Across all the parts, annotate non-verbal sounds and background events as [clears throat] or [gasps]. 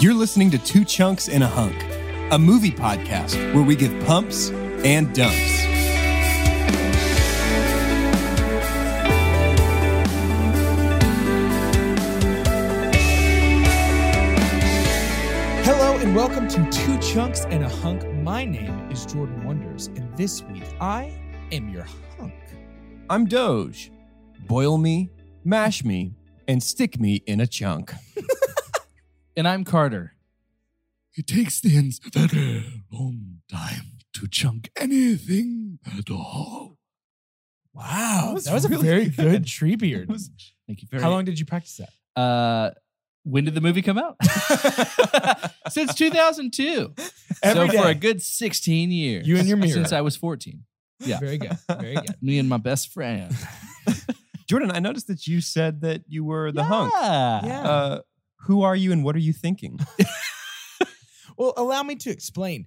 You're listening to Two Chunks and a Hunk, a movie podcast where we give pumps and dumps. Hello and welcome to Two Chunks and a Hunk. My name is Jordan Wonders, and this week I am your hunk. I'm Doge. Boil me, mash me, and stick me in a chunk. [laughs] And I'm Carter. It takes Thins a very long time to chunk anything at all. Wow. That was, That was a really very good. good tree beard. [laughs] Thank you very How long did you practice that? Uh, when did the movie [laughs] come out? Since 2002. Every so for day. a good 16 years. You and your mirror. Since I was 14. [laughs] Yeah. Very good. Very good. Me and my best friend. Jordan, I noticed that you said that you were the hunk. Yeah. Uh, who are you and what are you thinking? [laughs] Well, allow me to explain.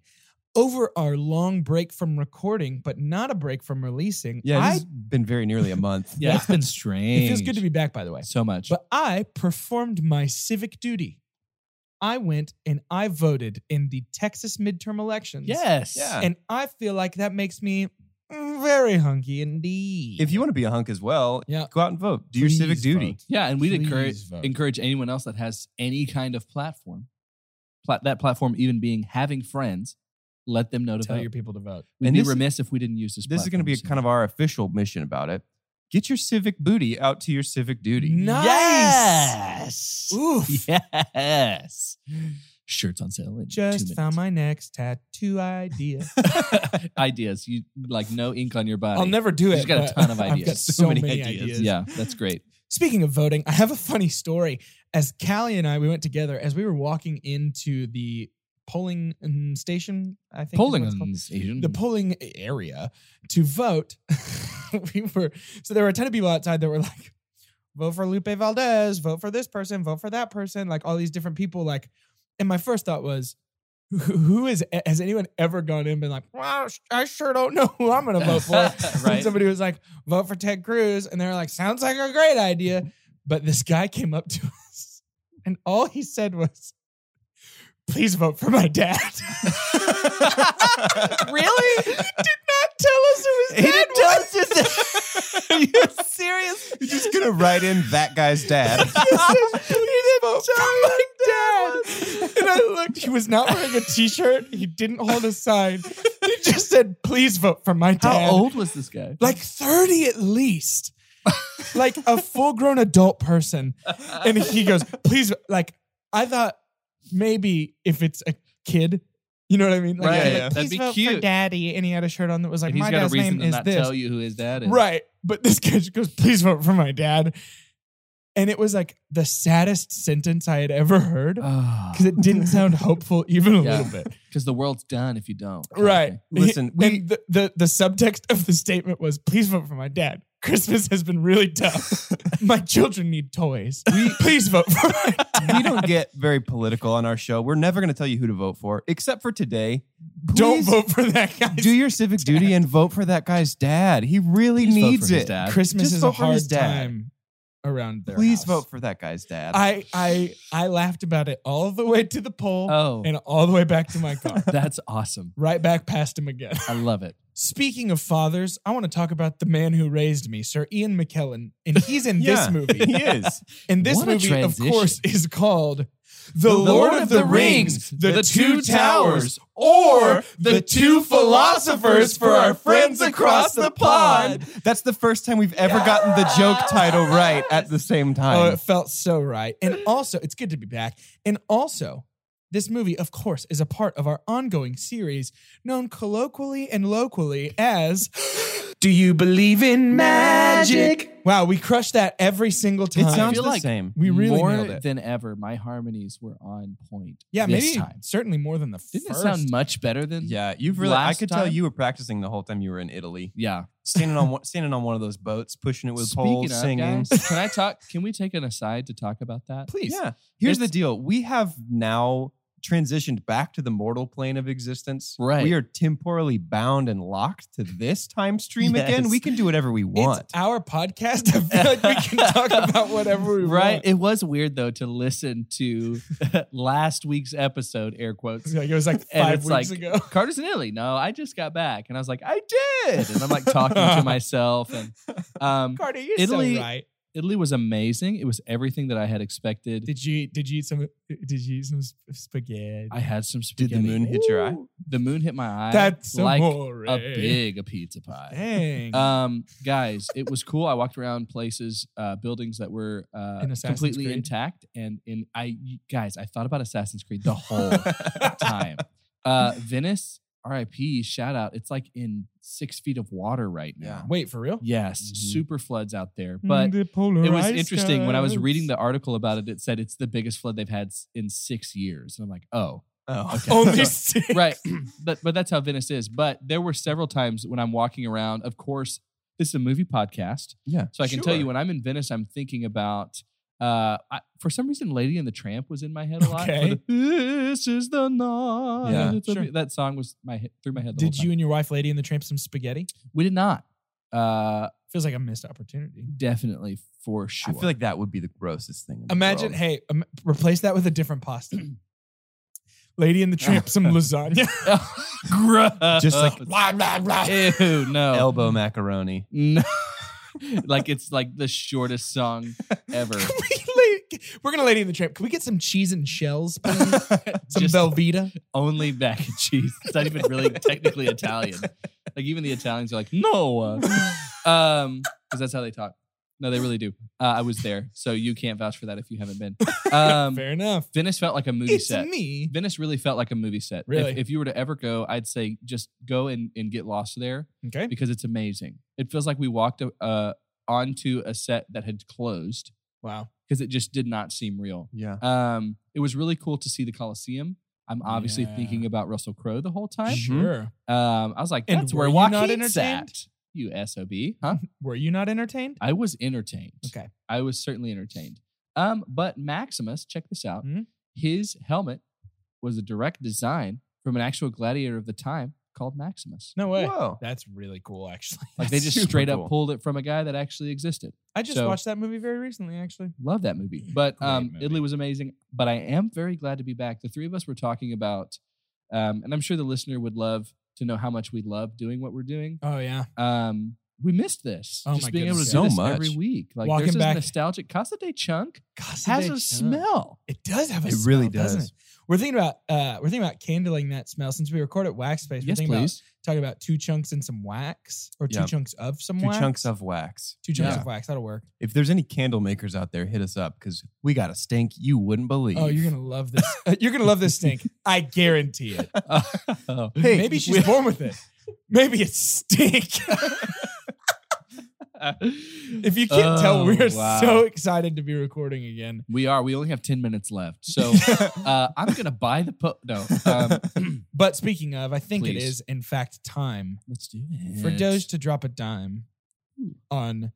Over our long break from recording, but not a break from releasing, Yeah, I, it's been very nearly a month. [laughs] Yeah, it's been [laughs] strange. it feels good to be back, by the way. so much. But I performed my civic duty. I went and I voted in the Texas midterm elections. yes. Yeah. And I feel like that makes me very hunky indeed. If you want to be a hunk as well, Yeah. go out and vote. Do your civic Please duty. vote. Yeah, and we'd Please encourage vote. encourage anyone else that has any kind of platform, plat that platform even being having friends, let them know to tell vote. your people to vote. We'd And be this- remiss if we didn't use this. This is going to be platform kind of our official mission about it. Get your civic booty out to your civic duty. Nice. Yes. Oof. soon. [laughs] Yes. Shirts on sale in Just two found minutes. my next tattoo idea. [laughs] ideas. You like no ink on your body. I'll never do it. You just got a but ton [laughs] of I've got ideas. [laughs] so, So many, many ideas. ideas. Yeah, that's great. Speaking of voting, I have a funny story. As Callie and I, we went together as we were walking into the polling um, station. I think is what Polling it's called. station. the polling area to vote. [laughs] we were so there were a ton of people outside that were like, vote for Lupe Valdez, vote for this person, vote for that person, like all these different people. Like, and my first thought was, who- who is has anyone ever gone in and been like, well, I sure don't know who I'm gonna vote for? Right. And somebody was like, vote for Ted Cruz, and they're like, sounds like a great idea. But this guy came up to [laughs] us, and all he said was, please vote for my dad. [laughs] really? He did not tell us who his dad was. [laughs] Are you serious? You're [laughs] just going to write in that guy's dad. He said, please vote for my dad. [laughs] And I looked, he was not wearing a t-shirt. He didn't hold a sign. He just said, please vote for my How dad. old was this guy? Like 30 at least. like a full-grown adult person. And he goes, please, like, I thought maybe if it's a kid. You know what I mean? Like, Right, like, yeah. please That'd be vote for cute. daddy. And he had a shirt on that was like, and he's my got a dad's reason name to is not this. tell you who his dad is. [sighs] Right. But this guy just goes, please vote for my dad. And it was like the saddest sentence I had ever heard Uh. because Because it [laughs] didn't sound hopeful even a Yeah. [laughs] little bit. the world's done if you don't. kind of Right. thing. Listen, And we- the, the, the subtext of the statement was, please vote for my dad. Christmas has been really tough. [laughs] my children need toys. please vote [laughs] for my dad. we don't get very political on our show. We're never going to tell you who to vote for, except for today. [laughs] Don't Please vote for that guy. Do your civic duty and vote for that guy's dad. He really Please vote for needs his it. dad. Christmas Just is vote a for hard his dad. time around there. Please vote for that guy's dad. I, I I laughed about it all the way to the poll [laughs] Oh, [laughs] and all the way back to my car. that's awesome. right back past him again. [laughs] I love it. Speaking of fathers, I want to talk about the man who raised me, Sir Ian McKellen, and he's [laughs] in this Yeah, movie. He is. [laughs] And this What a movie, of transition. course, is called The, Lord, of the, Rings, The, Two Towers, or The Two Philosophers for Our Friends Across the Pond. That's the first time we've ever gotten the joke title right at the same Oh, time. it felt so right. And also, it's good to be back. And also, this movie, of course, is a part of our ongoing series known colloquially and locally as [gasps] Do You Believe in Magic? Wow, we crushed that every single time. it sounds feel the like- same. we really more nailed it. than ever, my harmonies were on point. yeah, this maybe time. certainly more than the Didn't first. it sound much better than? Yeah, you've really. I Last could tell time? you were practicing the whole time you were in Italy, yeah. standing on one- standing on one of those boats, pushing it with poles, of, [laughs] singing. guys, [laughs] can I talk? Can we take an aside to talk about that? Please. [laughs] Yeah. Here's the It's- deal. We have now transitioned back to the mortal plane of existence. Right. We are temporally bound and locked to this time stream again. Yes. We can do whatever we want. It's our podcast. I feel like we can [laughs] [laughs] talk about whatever we Right. want. It was weird though to listen [laughs] to last week's episode, air quotes. It's like- It was like [laughs] And five it's weeks like, ago. [laughs] Carter's in Italy. No, I just got back. And I was like, I did. And I'm [laughs] like talking to myself. And [laughs] um, Carter, you're Italy- so right. Italy was amazing. It was everything that I had expected. Did you did you eat some did you eat some sp- spaghetti? I had some Did spaghetti. the moon hit your eye? The moon hit my eye. That's so like boring. a big a pizza pie. Dang. Um, guys, it was cool. I walked around places, uh, buildings that were uh, In Assassin's completely Creed? intact, and in I guys, I thought about Assassin's [laughs] Creed the whole time. Uh, Venice, R.I.P. Shout out. It's like in six feet of water right now. [laughs] Wait, for real? Yes, Mhm. Mm-hmm. super floods out there, but it it was interesting when I was reading the article about it. It said it's the biggest flood they've had s- in six years, and I'm like, oh, Oh, [laughs] only six. [clears throat] right. but but that's how Venice is. But there were several times when I'm walking around. Of course, this is a movie podcast, Yeah. so I can tell you sure. when I'm in Venice, I'm thinking about. Uh, I, for some reason, "Lady and the Tramp" was in my head a lot. for Okay. the, this is the night. Yeah, It's a sure. be-" That song was my he- through my head. Did The whole you time. and your wife, Lady and the Tramp, some spaghetti? We did not. Uh, Feels like a missed opportunity. definitely for I sure. feel like that would be the grossest thing. in the Imagine, world. hey, um, replace that with a different [clears throat] pasta. Lady and the Tramp, [laughs] some lasagna. [laughs] gross. Just like- [laughs] ew, no. elbow macaroni. [laughs] No. [laughs] like it's like the shortest [laughs] song ever. Can we, like, we're gonna Lady and the Tramp. Can we get some cheese and [laughs] shells, please? some Just- Velveeta? Only mac and cheese. It's not even really technically [laughs] Italian. Like even the Italians are like, no, um, because that's how they talk. No, they really do. Uh, I was there, so you can't vouch for that if you [laughs] haven't been. Um, Fair enough. Venice felt like a movie It's set. me. Venice really felt like a movie set. If- Really? If, you were to ever go, I'd say just go and, and get lost there Okay. because it's amazing. It feels like we walked uh, onto a set that had closed Wow. because it just did not seem real. Yeah. Um, it was really cool to see the Coliseum. I'm obviously Yeah. thinking about Russell Crowe the whole time. Sure. Um, I was like, And that's were where you not Joaquin's entertained? at. You sob, [laughs] huh? Were you not entertained? I was entertained. Okay. I was certainly entertained. Um, but Maximus, check this out. Mhm. His helmet was a direct design from an actual gladiator of the time [laughs] called Maximus. No way. Whoa. That's really cool, actually. Like they That's just super straight cool. up pulled it from a guy that actually existed. [laughs] I just So- watched that movie very recently, actually. Love [clears throat] that movie. But Great um, movie. Italy was amazing. But I am very glad to be back. The three of us were talking about, um, and I'm sure the listener would love to know how much we love doing what we're doing. Oh yeah. Um, we missed this. Oh Just my being able to goodness, do yeah. this So every much. week. Like Walking there's this back- nostalgic Casa de Chunk Casa has a de Chunk. smell. It does have a It smell. really doesn't does. it? We're thinking about uh we're thinking about candling that smell since we record at Wax Space. Yes, we're thinking [laughs] please. [laughs] about talking about two chunks and some wax or two Yeah. chunks of some Two wax. chunks of wax. two chunks Yeah. of wax. That'll work. If there's any candle makers out there, hit us up because we got a stink you wouldn't believe. Oh, you're gonna love this. [laughs] you're gonna love [laughs] this stink. I guarantee it. Oh. Hey, Maybe she's we- born with it. Maybe it's stink. [laughs] if you can't tell, Oh, we're wow. so excited to be recording again. [laughs] We are. We only have 10 minutes left. So uh, I'm going to buy the. Po- no. [laughs] Um, But speaking of, I think it Please. is in fact time let's do it. for Doge to drop a dime on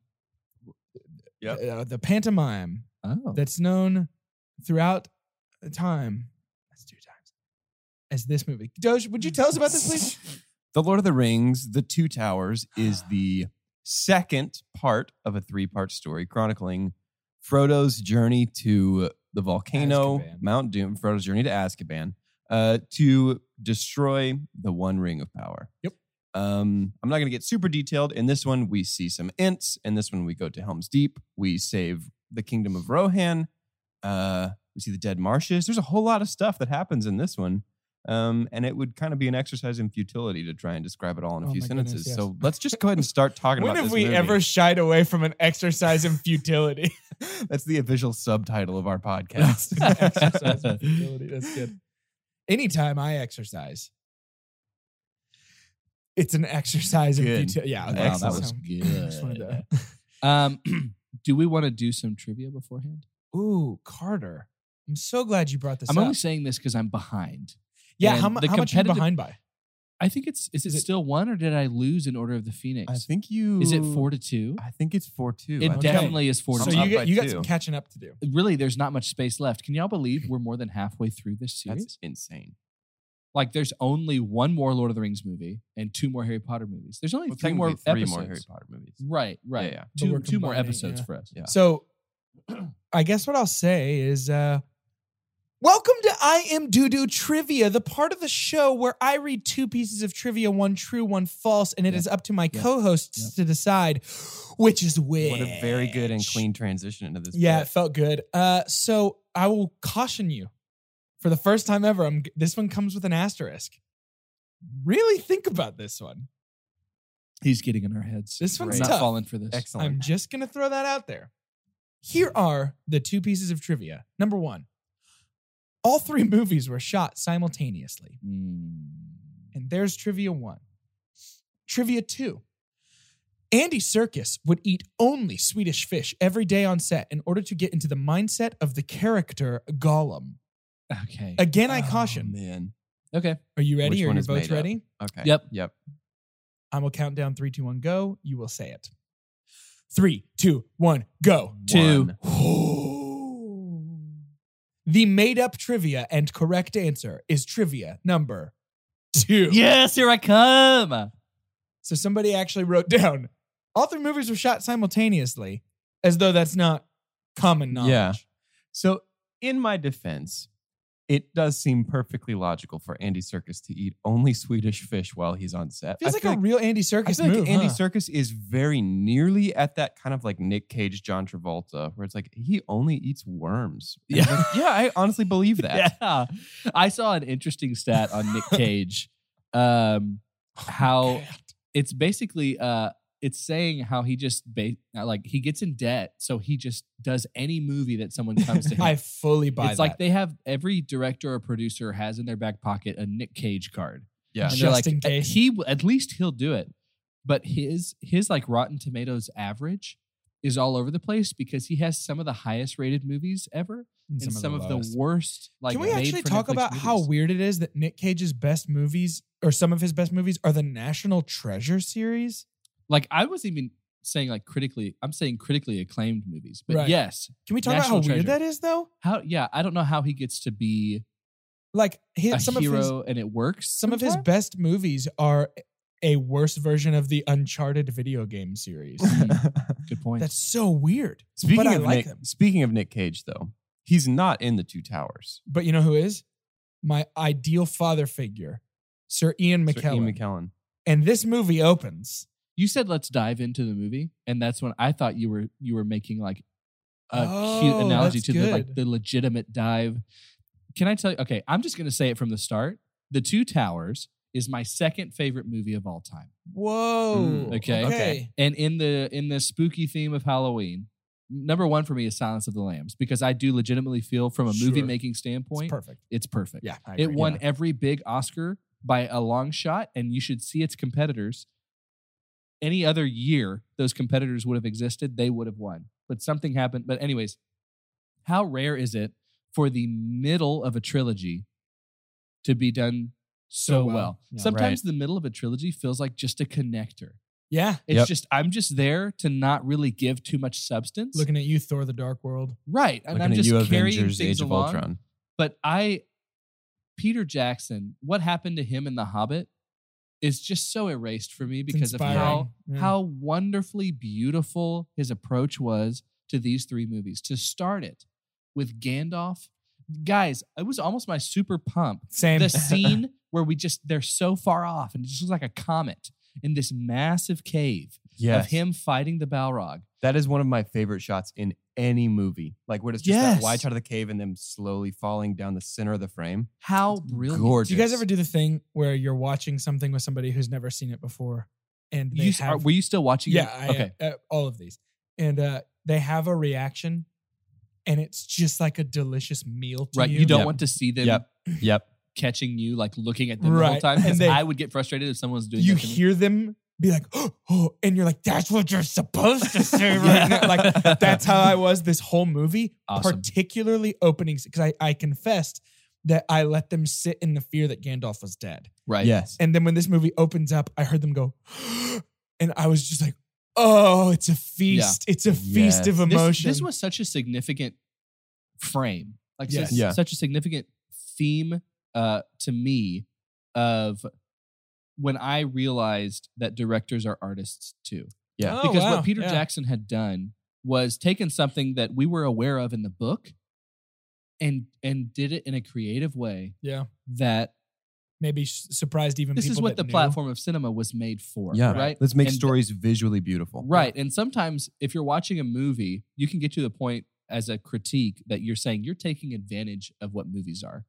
Yep. uh, the pantomime Oh. that's known throughout time. That's two times. As this movie, Doge, would you tell us about this, [laughs] please? The Lord of the Rings, The Two Towers, is the second part of a three part story chronicling Frodo's journey to the volcano, Azkaban. Mount Doom, Frodo's journey to Azkaban uh, to destroy the One Ring of Power. Yep. Um, I'm not going to get super detailed. In this one, we see some ints. In this one, we go to Helm's Deep. We save the kingdom of Rohan. Uh, we see the dead marshes. There's a whole lot of stuff that happens in this one. Um, and it would kind of be an exercise in futility to try and describe it all in a Oh few my sentences. goodness, yes. So let's just go ahead and start talking [laughs] When about have this we movie. [laughs] ever shied away from an exercise in futility? [laughs] That's the official subtitle of [laughs] our podcast. exercise in futility. That's good. Anytime I exercise, it's an exercise in Good. futility. Yeah, okay. Wow, that was So- [laughs] just wanted to- [laughs] Um, [clears throat] do we want to do some trivia beforehand? Ooh, Carter. I'm so glad you brought this I'm up. only saying this because I'm behind. yeah, and how, mu- the how much are you competitive- behind by? I think it's is it, Is it- still one or did I lose in Order of the Phoenix? I think you. is it four to two? I think it's four two. It I think Okay. definitely is four to So I'm two. you up by got, you got some two. catching up to do. really, there's not much space left. Can y'all believe we're more than halfway through this series? That's insane. like, there's only one more Lord of the Rings movie and two more Harry Potter movies. There's only Well, three more technically three episodes. more Harry Potter movies. Right, right. yeah. But Two, we're two more combining, episodes yeah. for us. Yeah. So [clears throat] I guess what I'll say is uh Welcome to I Am Doo Doo Trivia, the part of the show where I read two pieces of trivia, one true, one false, and it is Yeah. up to my Yeah. co-hosts Yeah. to decide which is which. What a very good and clean transition into this. Yeah, bit. it felt good. Uh, so I will caution you. For the first time ever, I'm, this one comes with an asterisk. Really think about this one. He's getting in our heads. This one's I'm not tough. falling for this. excellent. I'm just going to throw that out there. Here are the two pieces of trivia. Number one, all three [laughs] movies were shot simultaneously. Mm, And there's trivia one. Trivia two Andy Serkis would eat only Swedish fish every day on set in order to get into the mindset of the character Gollum. Okay. Again, I Oh, caution. man. Okay. Are you ready? Which Are one your is votes made up? ready? Okay. Yep. Yep. I will count down three, two, one, go. You will say it. Three, two, one, go. Two. One. The made up trivia and correct answer is trivia number two. Yes, here I come. So somebody actually wrote [laughs] down all three movies were shot simultaneously, as though that's not common knowledge. Yeah. So, in my defense, it does seem perfectly logical for Andy Circus to eat only Swedish fish while he's on set. Feels I like a feel real Andy I Circus feel move. like Andy huh? Circus is very nearly at that kind of like Nick Cage, John Travolta, where it's like he only eats worms. And it's like, yeah, I honestly [laughs] believe that. [laughs] Yeah. I saw an interesting stat on Nick Cage. Um, Oh how it's basically uh it's saying how he just ba- uh, like he gets in debt, so he just does any movie that someone [laughs] comes to him. I fully buy it's that. like they have every director or producer has in their back pocket a Nick Cage card. Yeah. And they're Just like, in "Uh, case." He w- at least he'll do it. But his his like Rotten Tomatoes average is all over the place because he has some of the highest rated movies ever And and some of the, lowest. worst. Like, Can we made actually for talk Netflix about how movies. weird it is that Nick Cage's best movies or some of his best movies are the National Treasure series? Like I was even saying like critically. I'm saying critically acclaimed movies, but Right. yes, Can we talk National about how weird Treasure. that is though? how? Yeah, I don't know how he gets to be Like his, a some hero of his and it works. some of his sometimes. best movies are a worse version of the Uncharted video game [laughs] series. Good point. That's so weird. speaking but I of like Nick, him. speaking of Nick Cage, though, he's not in the Two Towers. But you know who is? My ideal father figure, Sir Ian Sir McKellen. Ian McKellen. And this movie opens. you said let's dive into the movie, and that's when I thought you were you were making like a cute Oh, analogy that's to the like good. the legitimate dive. Can I tell you? Okay, I'm just gonna say it from the start. The Two Towers is my second favorite movie of all time. Whoa. Mm, okay. And in the in the spooky theme of Halloween, number one for me is Silence of the Lambs because I do legitimately feel from a Sure. movie making It's standpoint, it's perfect. perfect. Yeah. I it agree. won every big Oscar by a long shot, and you should see its competitors. Any other year, those competitors would have existed; they would have won. But something happened. But anyways, how rare is it for the middle of a trilogy to be done so, So well. well? Yeah. Sometimes the middle of a trilogy feels like just a connector. Yeah. It's Yep. just I'm just there to not really give too much substance. Looking at you, Thor the Dark World. right, and Looking I'm at just you, carrying Avengers: things Age of along. Ultron. But I, Peter Jackson, what happened to him in The Hobbit is just so erased for me It's because of how inspiring. Yeah. how wonderfully beautiful his approach was to these three movies. To start it with Gandalf, guys, it was almost my super pump same [laughs] the scene where we just they're so far off and it just looks like a comet in this massive cave Yes. of him fighting the Balrog. That is one of my favorite shots in any movie. Like where it's just that wide Yes. shot of the cave and them slowly falling down the center of the frame. How It's brilliant! Gorgeous. Do you guys ever do the thing where you're watching something with somebody who's never seen it before, and they You s- have? are- were you still watching? it? yeah, I, okay. uh, all of these, and uh, they have a reaction, and it's just like a delicious meal. To right. you, You don't Yep. want to see them Yep. Yep. catching you like looking at them the whole Right, time and because they- I would get frustrated if someone's doing. you that to me. hear them be like, oh, and you're like, that's what you're supposed to [laughs] say right now. [laughs] Like, that's how I was this whole movie, Awesome. particularly openings, because I, I confessed that I let them sit in the fear that Gandalf was dead. right. Yes. And then when this movie opens up, I heard them go, [gasps] and I was just like, oh, it's a feast. It's a feast of This- emotion. This, was such a significant frame, like Yes. su- Yeah. such a significant theme uh, to me of when I realized that directors are artists too. Yeah. Oh, because wow. what Peter Yeah. Jackson had done was taken something that we were aware of in the book and and did it in a creative way Yeah. that Maybe s- surprised even this people is what that the knew. platform of cinema was made for Yeah. right Let's make And th- stories visually beautiful. Right. And sometimes if you're watching a movie, you can get to the point as a critique that you're saying you're taking advantage of what movies are.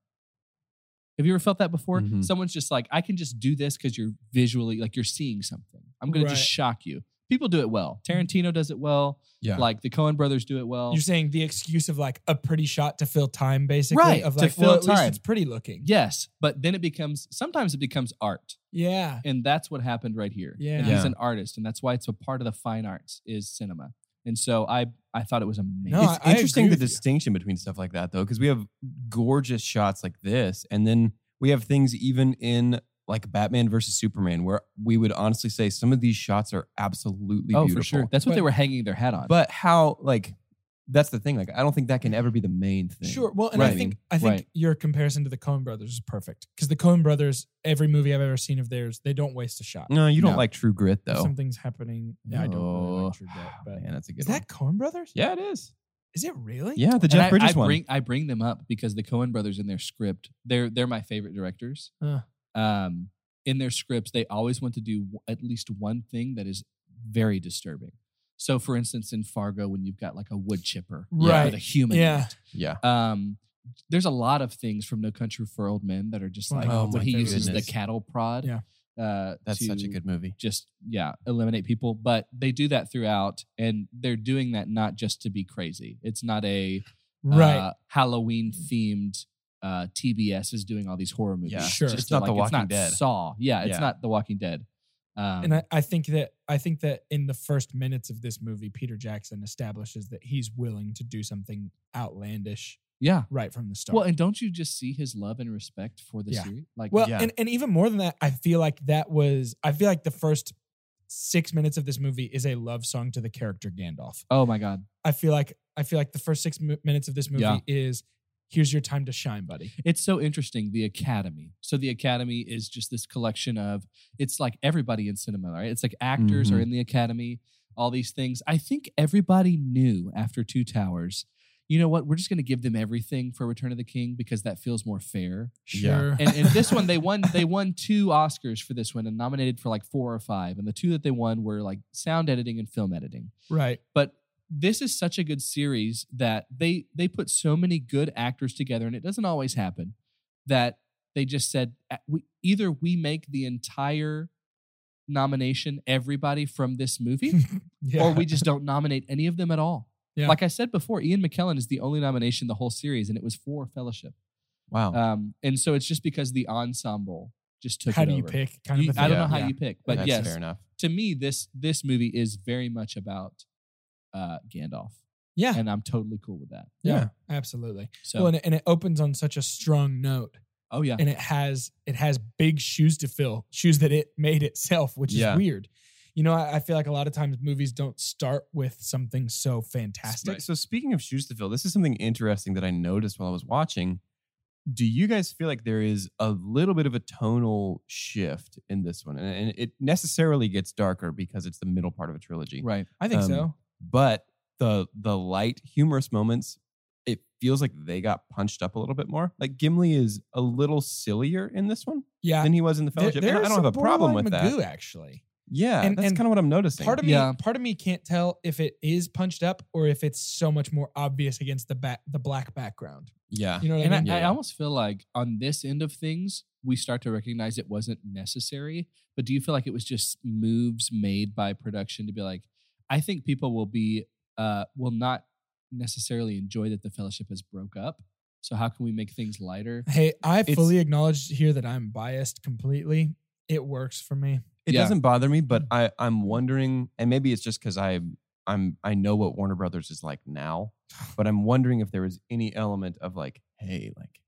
Have you ever felt that before? Mhm. Someone's just like, I can just do this because you're visually, like you're seeing something. I'm going to Right. Mm-hmm. just shock you. People do it well. Tarantino does it well. Yeah. Like the Coen brothers do it well. You're saying the excuse of like a pretty shot to fill time, basically. Right, Of to like, fill well, at least time. it's pretty looking. yes. But then it becomes, sometimes it becomes art. Yeah. and that's what happened right here. And Yeah. he's an artist, and that's why it's a part of the fine arts is cinema. And so I I thought it was amazing. No, it's I- I interesting agree the with you. distinction between stuff like that though, because we have gorgeous shots like this, and then we have things even in like Batman versus Superman, where we would honestly say some of these shots are absolutely oh, beautiful. for sure. That's what they But- were hanging their hat on. But how like that's the thing. Like I don't think that can ever be the main thing. Sure. Well, and I Right. think I think Right. your comparison to the Coen Brothers is perfect because the Coen Brothers, every movie I've ever seen of theirs, they don't waste a shot. No, you don't No. like True Grit If though. something's happening. Yeah, I don't really No. like True Grit, [sighs] but Man, that's a good is one. that Coen Brothers? yeah, it is. Is it really? Yeah, the And Jeff I- Bridges I, one. bring I bring them up because the Cohen brothers in their script, they're they're my favorite directors. Huh. Um, in their scripts, they always want to do w- at least one thing that is very disturbing. So, for instance, in Fargo, when you've got like a wood chipper, Right. with a human, in Yeah. it, yeah. um there's a lot of things from No Country for Old Men that are just like Oh, when my he uses goodness. the cattle prod. Yeah. Uh, That's such a to good movie. just yeah eliminate people, but they do that throughout, and they're doing that not just to be crazy. It's not a Right. uh, Halloween themed. Uh, TBS is doing all these horror movies. Yeah. Sure. just It's to, not The like, it's Walking Dead. Saw. Yeah, it's Yeah. not The Walking Dead. Um, and I, I think that I think that in the first minutes of this movie, Peter Jackson establishes that he's willing to do something outlandish yeah. right from the start. Well, and don't you just see his love and respect for the Yeah. series? Like, Well, Yeah. and, and even more than that, I feel like that was I feel like the first six minutes of this movie is a love song to the character Gandalf. oh my god, I feel like I feel like the first six mi- minutes of this movie Yeah. is here's your time to shine, buddy. It's so interesting, the Academy. So the Academy is just this collection of it's like everybody in cinema, right? It's like actors are Mhm. in the Academy, all these things. I think everybody knew after Two Towers, you know what? We're just gonna give them everything for Return of the King because that feels more fair. Sure. And, and this one, they won. They won two Oscars for this one, and nominated for like four or five. And the two that they won were like sound editing and film editing [laughs] right. but this is such a good series that they they put so many good actors together and it doesn't always happen that they just said "Uh, we, either we make the entire nomination everybody from this movie [laughs] Yeah. or we just don't nominate any of them at all Yeah. like i said before ian mckellen is the only nomination the whole series and it was for fellowship Wow. um, and so it's just because the ensemble just took how it do you over. pick? Kind You- of. A i don't Yeah. know how Yeah. you pick but That's yes fair enough. to me this this movie is very much about uh gandalf Yeah. [laughs] and i'm totally cool with that yeah. Yeah. Absolutely. so Well, and it, and it opens on such a strong note, oh yeah and it has it has big shoes to fill, shoes that it made itself, which Yeah. is weird. You know, I, I feel like a lot of times movies don't start with something so fantastic. So speaking of shoes to fill, this is something interesting that I noticed while I was watching. Do you guys feel like there is a little bit of a tonal shift in this one? And, and it necessarily gets darker because it's the middle part of a trilogy. right I think um, so. But the the light humorous moments, it feels like they got punched up a little bit more. Like Gimli is a little sillier in this one Yeah. than he was in the There- fellowship. and Uh, there I is don't some have a problem with borderline that. Magoo, Actually, Yeah, And- that's and kind of what I'm noticing. Part of me, Yeah. part of me can't tell if it is punched up or if it's so much more obvious against the back, the black background. yeah, You know what and I mean? I, I Yeah. almost feel like on this end of things, we start to recognize it wasn't necessary. But do you feel like it was just moves made by production to be like, I think people will be uh will not necessarily enjoy that the fellowship has broke up. So how can we make things lighter? Hey, I It's- fully acknowledge here that I'm biased completely. It works for me. it Yeah. doesn't bother me, but I I'm wondering, and maybe it's just because I I'm I know what Warner Brothers is like [sighs] now, but I'm wondering if there was any element of like, hey, like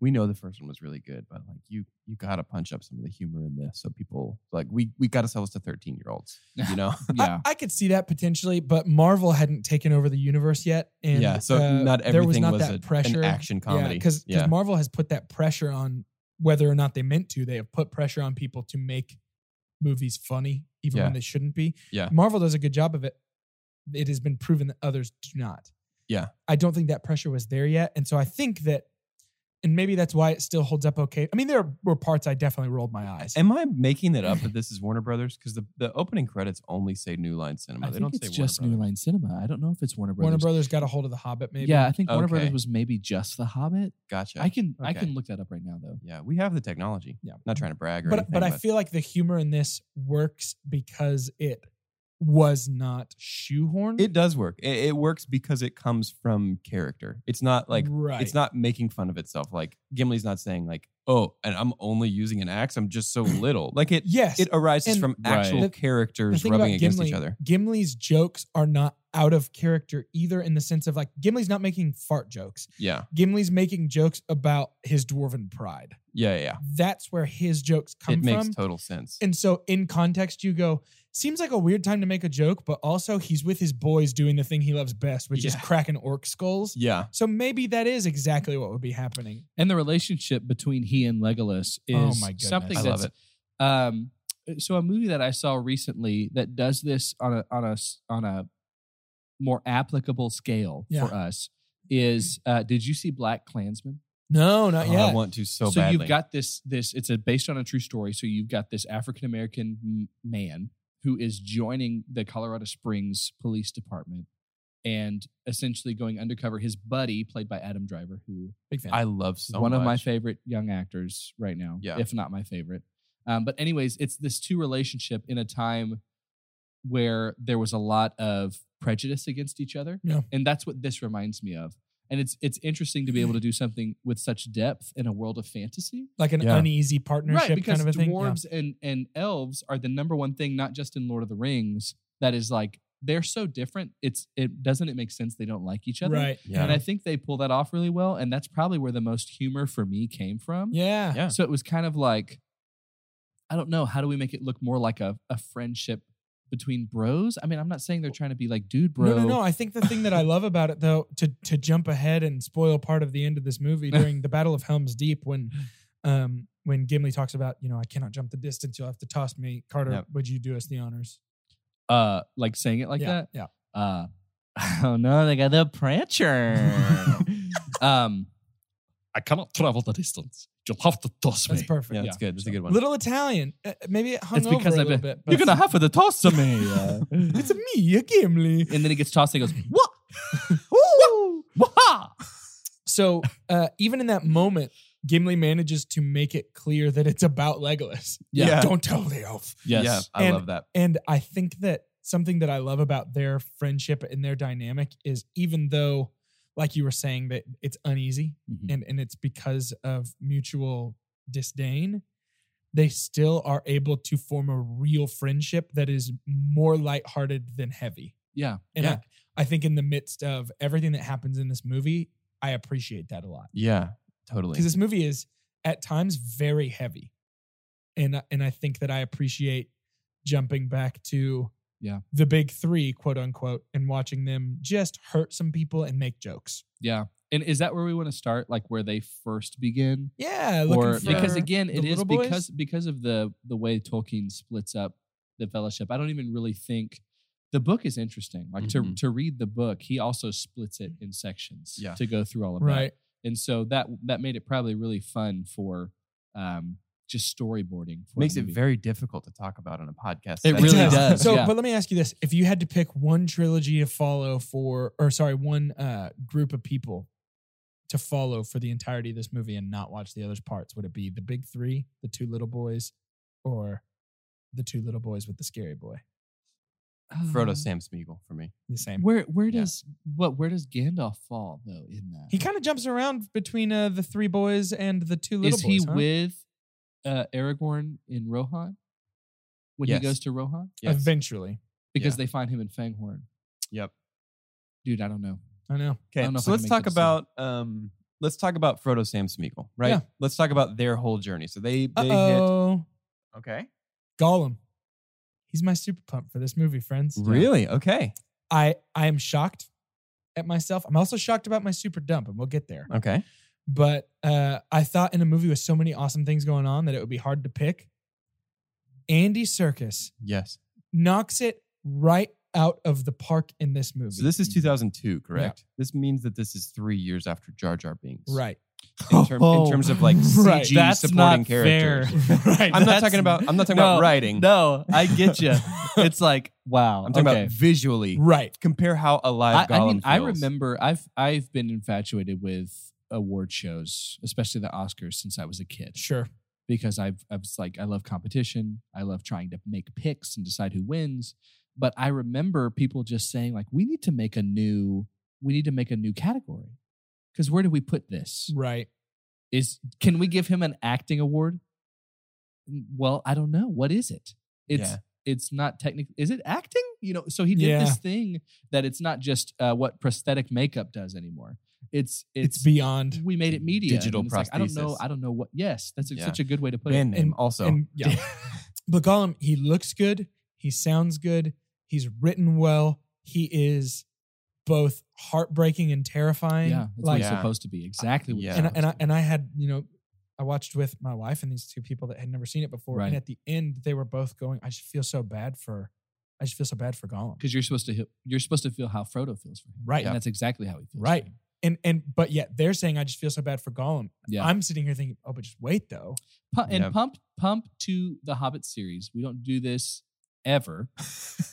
we know the first one was really good, but like you you gotta punch up some of the humor in this so people like we we gotta sell this to 13 year olds, you [laughs] know? Yeah. I, I could see that potentially, but Marvel hadn't taken over the universe yet, and yeah, so uh, not there was everything not was, that a- pressure. an action comedy. because yeah. Marvel has put that pressure on whether or not they meant to. They have put pressure on people to make movies funny, even Yeah. when they shouldn't be. Yeah. Marvel does a good job of it. It has been proven that others do not. Yeah. I don't think that pressure was there yet, and so I think that, and maybe that's why it still holds up okay. I mean, there were parts I definitely rolled my eyes. Am I making that up that this is Warner Brothers? Because the, the opening credits only say New Line Cinema. I they think don't it's say just Warner New Brothers. Line Cinema. I don't know if it's Warner Brothers. Warner Brothers got a hold of the Hobbit, maybe. Yeah, I think Warner Brothers Okay. was maybe just The Hobbit. Gotcha. I can I Okay. can look that up right now though. yeah, we have the technology. Yeah. Not trying to brag or but anything. but I feel like the humor in this works because it was not shoehorned. it does work. It, it works because it comes from character. It's not like right. it's not making fun of itself. Like Gimli's not saying like, oh, and I'm only using an axe. I'm [clears throat] just so little. Like it yes. it arises And from Right. actual The- the characters rubbing against each other. Gimli's jokes are not out of character either, in the sense of like Gimli's not making fart jokes. Yeah. Gimli's making jokes about his dwarven pride. Yeah. Yeah. That's where his jokes come it from. makes total sense. and so in context, you go, seems like a weird time to make a joke, but also he's with his boys doing the thing he loves best, which is Yeah. cracking orc skulls. yeah. So maybe that is exactly what would be happening. And the relationship between he and Legolas is Oh my goodness. something I that's love it. um so a movie that i saw recently that does this on a on a s- on a more applicable scale Yeah. for us is uh did you see black klansman No, not Uh, Oh, yet. I want to so, so badly. you've got this this it's a, based on a true story so you've got this african american m- man who is joining the colorado springs police department and essentially going undercover his buddy played by adam driver who Big fan. I love so one of my much. favorite young actors right now, Yeah. if not my favorite. Um, but anyways, it's this two relationship in a time where there was a lot of prejudice against each other, Yeah. and that's what this reminds me of. And it's it's interesting to be able to do something with such depth in a world of fantasy, like an Yeah. uneasy partnership right? Because kind of a thing. Yeah. dwarves and and elves are the number one thing, not just in Lord of the Rings. That is like they're so different. It's it doesn't it make sense they don't like each other, Right. Yeah. and I think they pull that off really well. And that's probably where the most humor for me came from. Yeah. Yeah. So it was kind of like, I don't know, how do we make it look more like a, a friendship between bros? I mean, I'm not saying they're trying to be like dude bro. No, no, no. I think the thing that I love about it though, to to jump ahead and spoil part of the end of this [laughs] movie during the Battle of Helm's Deep when um when Gimli talks about, you know, I cannot jump the distance, you'll have to toss me. Carter, Yep. would you do us the honors? Uh, like saying it like yeah, that. Yeah. Uh, [laughs] oh no, they got [laughs] the prancher. um, I cannot travel the distance. You'll have to toss That's perfect. Yeah, that's good. That's a good one. Little Italian. Uh, maybe it hung it's because over a I've little been, bit. you're but- gonna have to toss to me. [laughs] Uh, It's me, Gimli. [laughs] and then he gets tossed and he goes, what? [laughs] [laughs] Wah! So uh, even in that moment, Gimli manages to make it clear that it's about Legolas. Yeah. Yeah. Don't tell the elf. Yes. Yeah. I And- love that. And I think that something that I love about their friendship and their dynamic is even though, like you were saying, that it's uneasy Mhm. and, and it's because of mutual disdain, they still are able to form a real friendship that is more lighthearted than heavy. Yeah. And Yeah. I, I think in the midst of everything that happens in this movie, I appreciate that a lot Yeah. Totally. because this movie is at times very heavy, and I- and I think that I appreciate jumping back to Yeah. the big three quote unquote and watching them just hurt some people and make jokes. Yeah. And is that where we want to start? Like where they first begin? Yeah, or looking for because again the it is little boys? because because of the the way Tolkien splits up the fellowship. I don't even really think the book is interesting. Like to Mhm. to read the book, he also splits it in sections Yeah. to go through all of right. that. And so that that made it probably really fun for um just storyboarding. For a Makes it movie. very difficult to talk about on a podcast. It That's really how- Yeah. [laughs] does, So, yeah. but let me ask you this: If you had to pick one trilogy to follow for, or sorry, one uh, group of people to follow for the entirety of this movie and not watch the other parts, would it be the big three, the two little boys, or the two little boys with the scary boy? Uh-huh. Frodo Sam Smeagol for me. The same. Where where Yeah. does what where does Gandalf fall though in that? He kind of jumps around between uh, the three boys and the two little is boys. he huh? with uh, Aragorn in Rohan when Yes. he goes to Rohan Yes. Eventually, because Yeah. they find him in Fanghorn. Yep. Dude, I don't know. I know. I Okay, don't know if so I let's can make talk that about um, let's talk about Frodo Sam Smeagol, right? Yeah. Let's talk about their whole journey. So they Uh they hit. oh, Okay. Gollum. He's my super pump for this movie, friends. Really? Okay. I I am shocked at myself. I'm also shocked about my super dump, and we'll get there. Okay. But uh, I thought in a movie with so many awesome things going on that it would be hard to pick. Andy Circus Yes. knocks it right out of the park in this movie. So this is 2002, correct? This means that this is three years after Jar Jar Binks, right. [laughs] In, term, in terms of like CG Oh, [laughs] Right. That's supporting not fair. [laughs] characters. right, I'm not that's- talking [laughs] about. I'm not talking about No, writing. [laughs] No, I [laughs] get you. it's like [laughs] wow. I'm talking okay. about visually. Right. Compare how alive I, I Gollum mean, I feels. remember I've I've been infatuated with award shows, especially the Oscars, since I was a kid. Sure. Because I've I was like I love competition. I love trying to make picks and decide who wins. But I remember people just saying like, we need to make a new we need to make a new category. Because where do we put this? Right. Is can we give him an acting award? Well, I don't know. What is it? It's Yeah. it's not technically is it acting you know so he did Yeah. this thing that it's not just uh, what prosthetic makeup does anymore it's It's, it's, beyond. we made it media and digital it's like, i don't know prosthesis. i don't know what yes that's a- Yeah. such a good way to put band it name also. [laughs] and- yeah. but Gollum, he looks good. He sounds good. He's written well. He is both heartbreaking and terrifying. yeah that's what Like it's Yeah. supposed to be exactly what Yeah. yeah. and I- and I and I had you know I watched with my wife and these two people that had never seen it before, Right. and at the end they were both going, "I just feel so bad for, I just feel so bad for Gollum." because you're supposed to he- you're supposed to feel how frodo feels for him Right. and that's exactly how he feels Right. for him. And and but yet they're saying, "I just feel so bad for Gollum." Yeah. I'm sitting here thinking, "Oh, but just wait though." Pu- and Yeah. pump pump to the hobbit series we don't do this [laughs] ever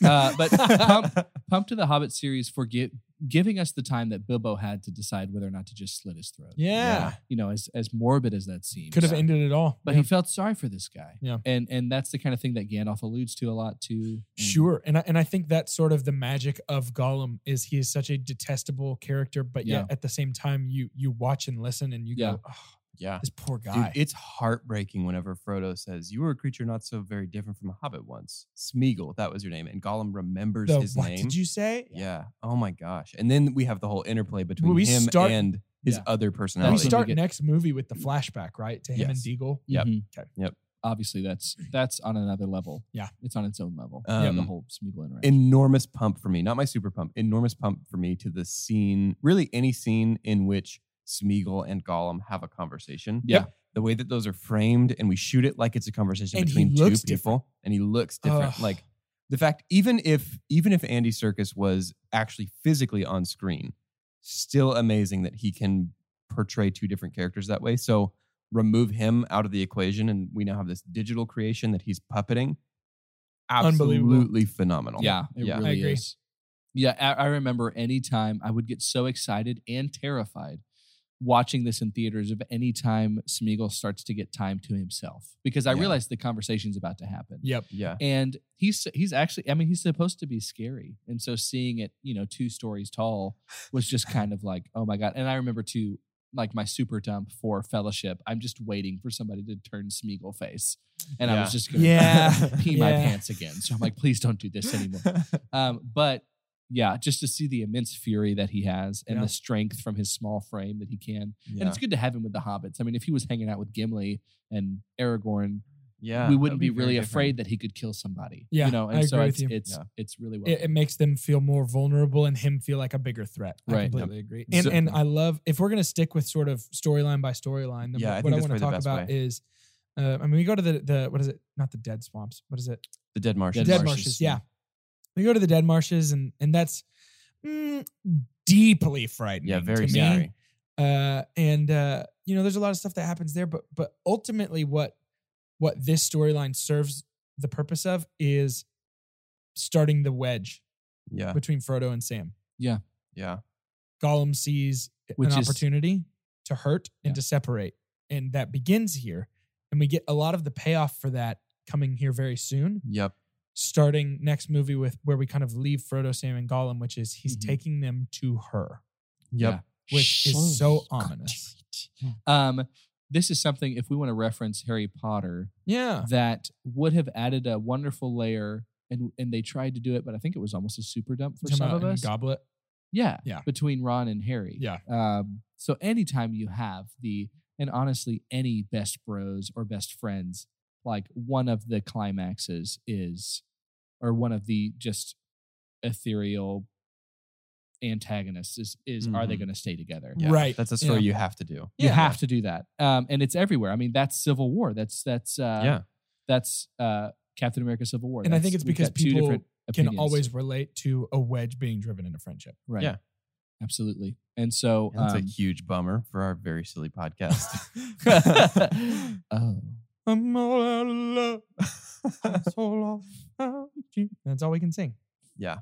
uh, [laughs] but pump pump to the Hobbit series for gi- giving us the time that Bilbo had to decide whether or not to just slit his throat. Yeah. You know, as as morbid as that seems. Could have ended it all. But Yeah. he felt sorry for this guy. Yeah. And and that's the kind of thing that Gandalf alludes to a lot too. And- Sure. And I, and I think that's sort of the magic of Gollum is he is such a detestable character, but yet Yeah. at the same time you you watch and listen and you Yeah. go, oh, yeah. this poor guy. Dude, it's heartbreaking whenever Frodo says, "You were a creature not so very different from a hobbit once." Smeagol, that was your name, and Gollum remembers The his what name. did you say? yeah. Oh my gosh! And then we have the whole interplay between we him start- and his Yeah. other we personality. when we start get- next movie with the flashback, right? To him Yes. and Deagle. Yep. Mhm. Okay. Yep. Obviously that's that's on another level. Yeah. It's on its own level. yeah, Um, the whole Smeagol interaction. enormous pump for me, not my super pump, enormous pump for me to the scene, really any scene in which Smeagol and Gollum have a conversation. Yeah. The way that those are framed and we shoot it like it's a conversation And he between two looks people and he looks different. Ugh. Like the fact, even if even if Andy Circus was actually physically on screen, still amazing that he can portray two different characters that way. So remove him out of the equation and we now have this digital creation that he's puppeting. Unbelievable. Absolutely phenomenal. Yeah, it Yeah. really I agree. is. Yeah, I, I remember any time I would get so excited and terrified watching this in theaters of any time Smeagol starts to get time to himself because I Yeah. realized the conversation's about to happen. Yep. Yeah. And he's he's actually I mean he's supposed to be scary. And so seeing it, you know, two stories tall was just kind of like, oh my god. And I remember too like my super dump for fellowship. I'm just waiting for somebody to turn Smeagol face. And I Yeah. was just [laughs] gonna Yeah. [laughs] pee my Yeah. pants again. So I'm like, please don't do this anymore. Um, but yeah, just to see the immense fury that he has and Yeah. the strength from his small frame that he can. Yeah. And it's good to have him with the hobbits. I mean, if he was hanging out with Gimli and Aragorn, yeah. we that wouldn't would be, very really different. afraid that he could kill somebody. Yeah, you know, I and so agree it's with you. it's Yeah. it's really well. It, it makes them feel more vulnerable and him feel like a bigger threat. I Right. Yep. completely agree. And So- and I love if we're gonna stick with sort of storyline by storyline, then Yeah, I what, think what I that's want probably to the best talk about way. is uh, I mean we go to the the what is it? Not the dead swamps. What is it? The dead Martians. Dead dead marshes, marshes. yeah. Yeah, we go to the dead marshes, and and that's mm, deeply frightening. Yeah, very to me. scary. Uh, and uh, you know, there's a lot of stuff that happens there, but but ultimately, what what this storyline serves the purpose of is starting the wedge Yeah. between Frodo and Sam. Yeah. Gollum sees Which an is- opportunity to hurt and Yeah. to separate. And that begins here. And we get a lot of the payoff for that coming here very soon, Yep. starting next movie with where we kind of leave Frodo, Sam, and Gollum, which is he's Mhm. taking them to her, Yep. which is [laughs] so ominous. Um, this is something if we want to reference Harry Potter Yeah. that would have added a wonderful layer, and and they tried to do it, but I think it was almost a super dump for Talking some about of in us. Goblet. Yeah. Yeah. Between Ron and Harry. Yeah. Um, so anytime you have the, and honestly, any best bros or best friends, like one of the climaxes is, or one of the just ethereal antagonists is, is are they Mhm. going to stay together? Yeah. Right. That's a Yeah. story you have to do. You Yeah. have to do that. Um, and it's everywhere. I mean, that's Civil War. That's, that's, uh, yeah. that's, uh, Captain America Civil War. And I That's- think it's we've because got two people different Can opinions. always relate to a wedge being driven [laughs] into friendship. right. Yeah. Absolutely. And so, That's um, a huge bummer for our very silly [laughs] podcast. [laughs] oh. I'm all out of love. I'm so lost without you. That's all we can sing. [laughs] yeah.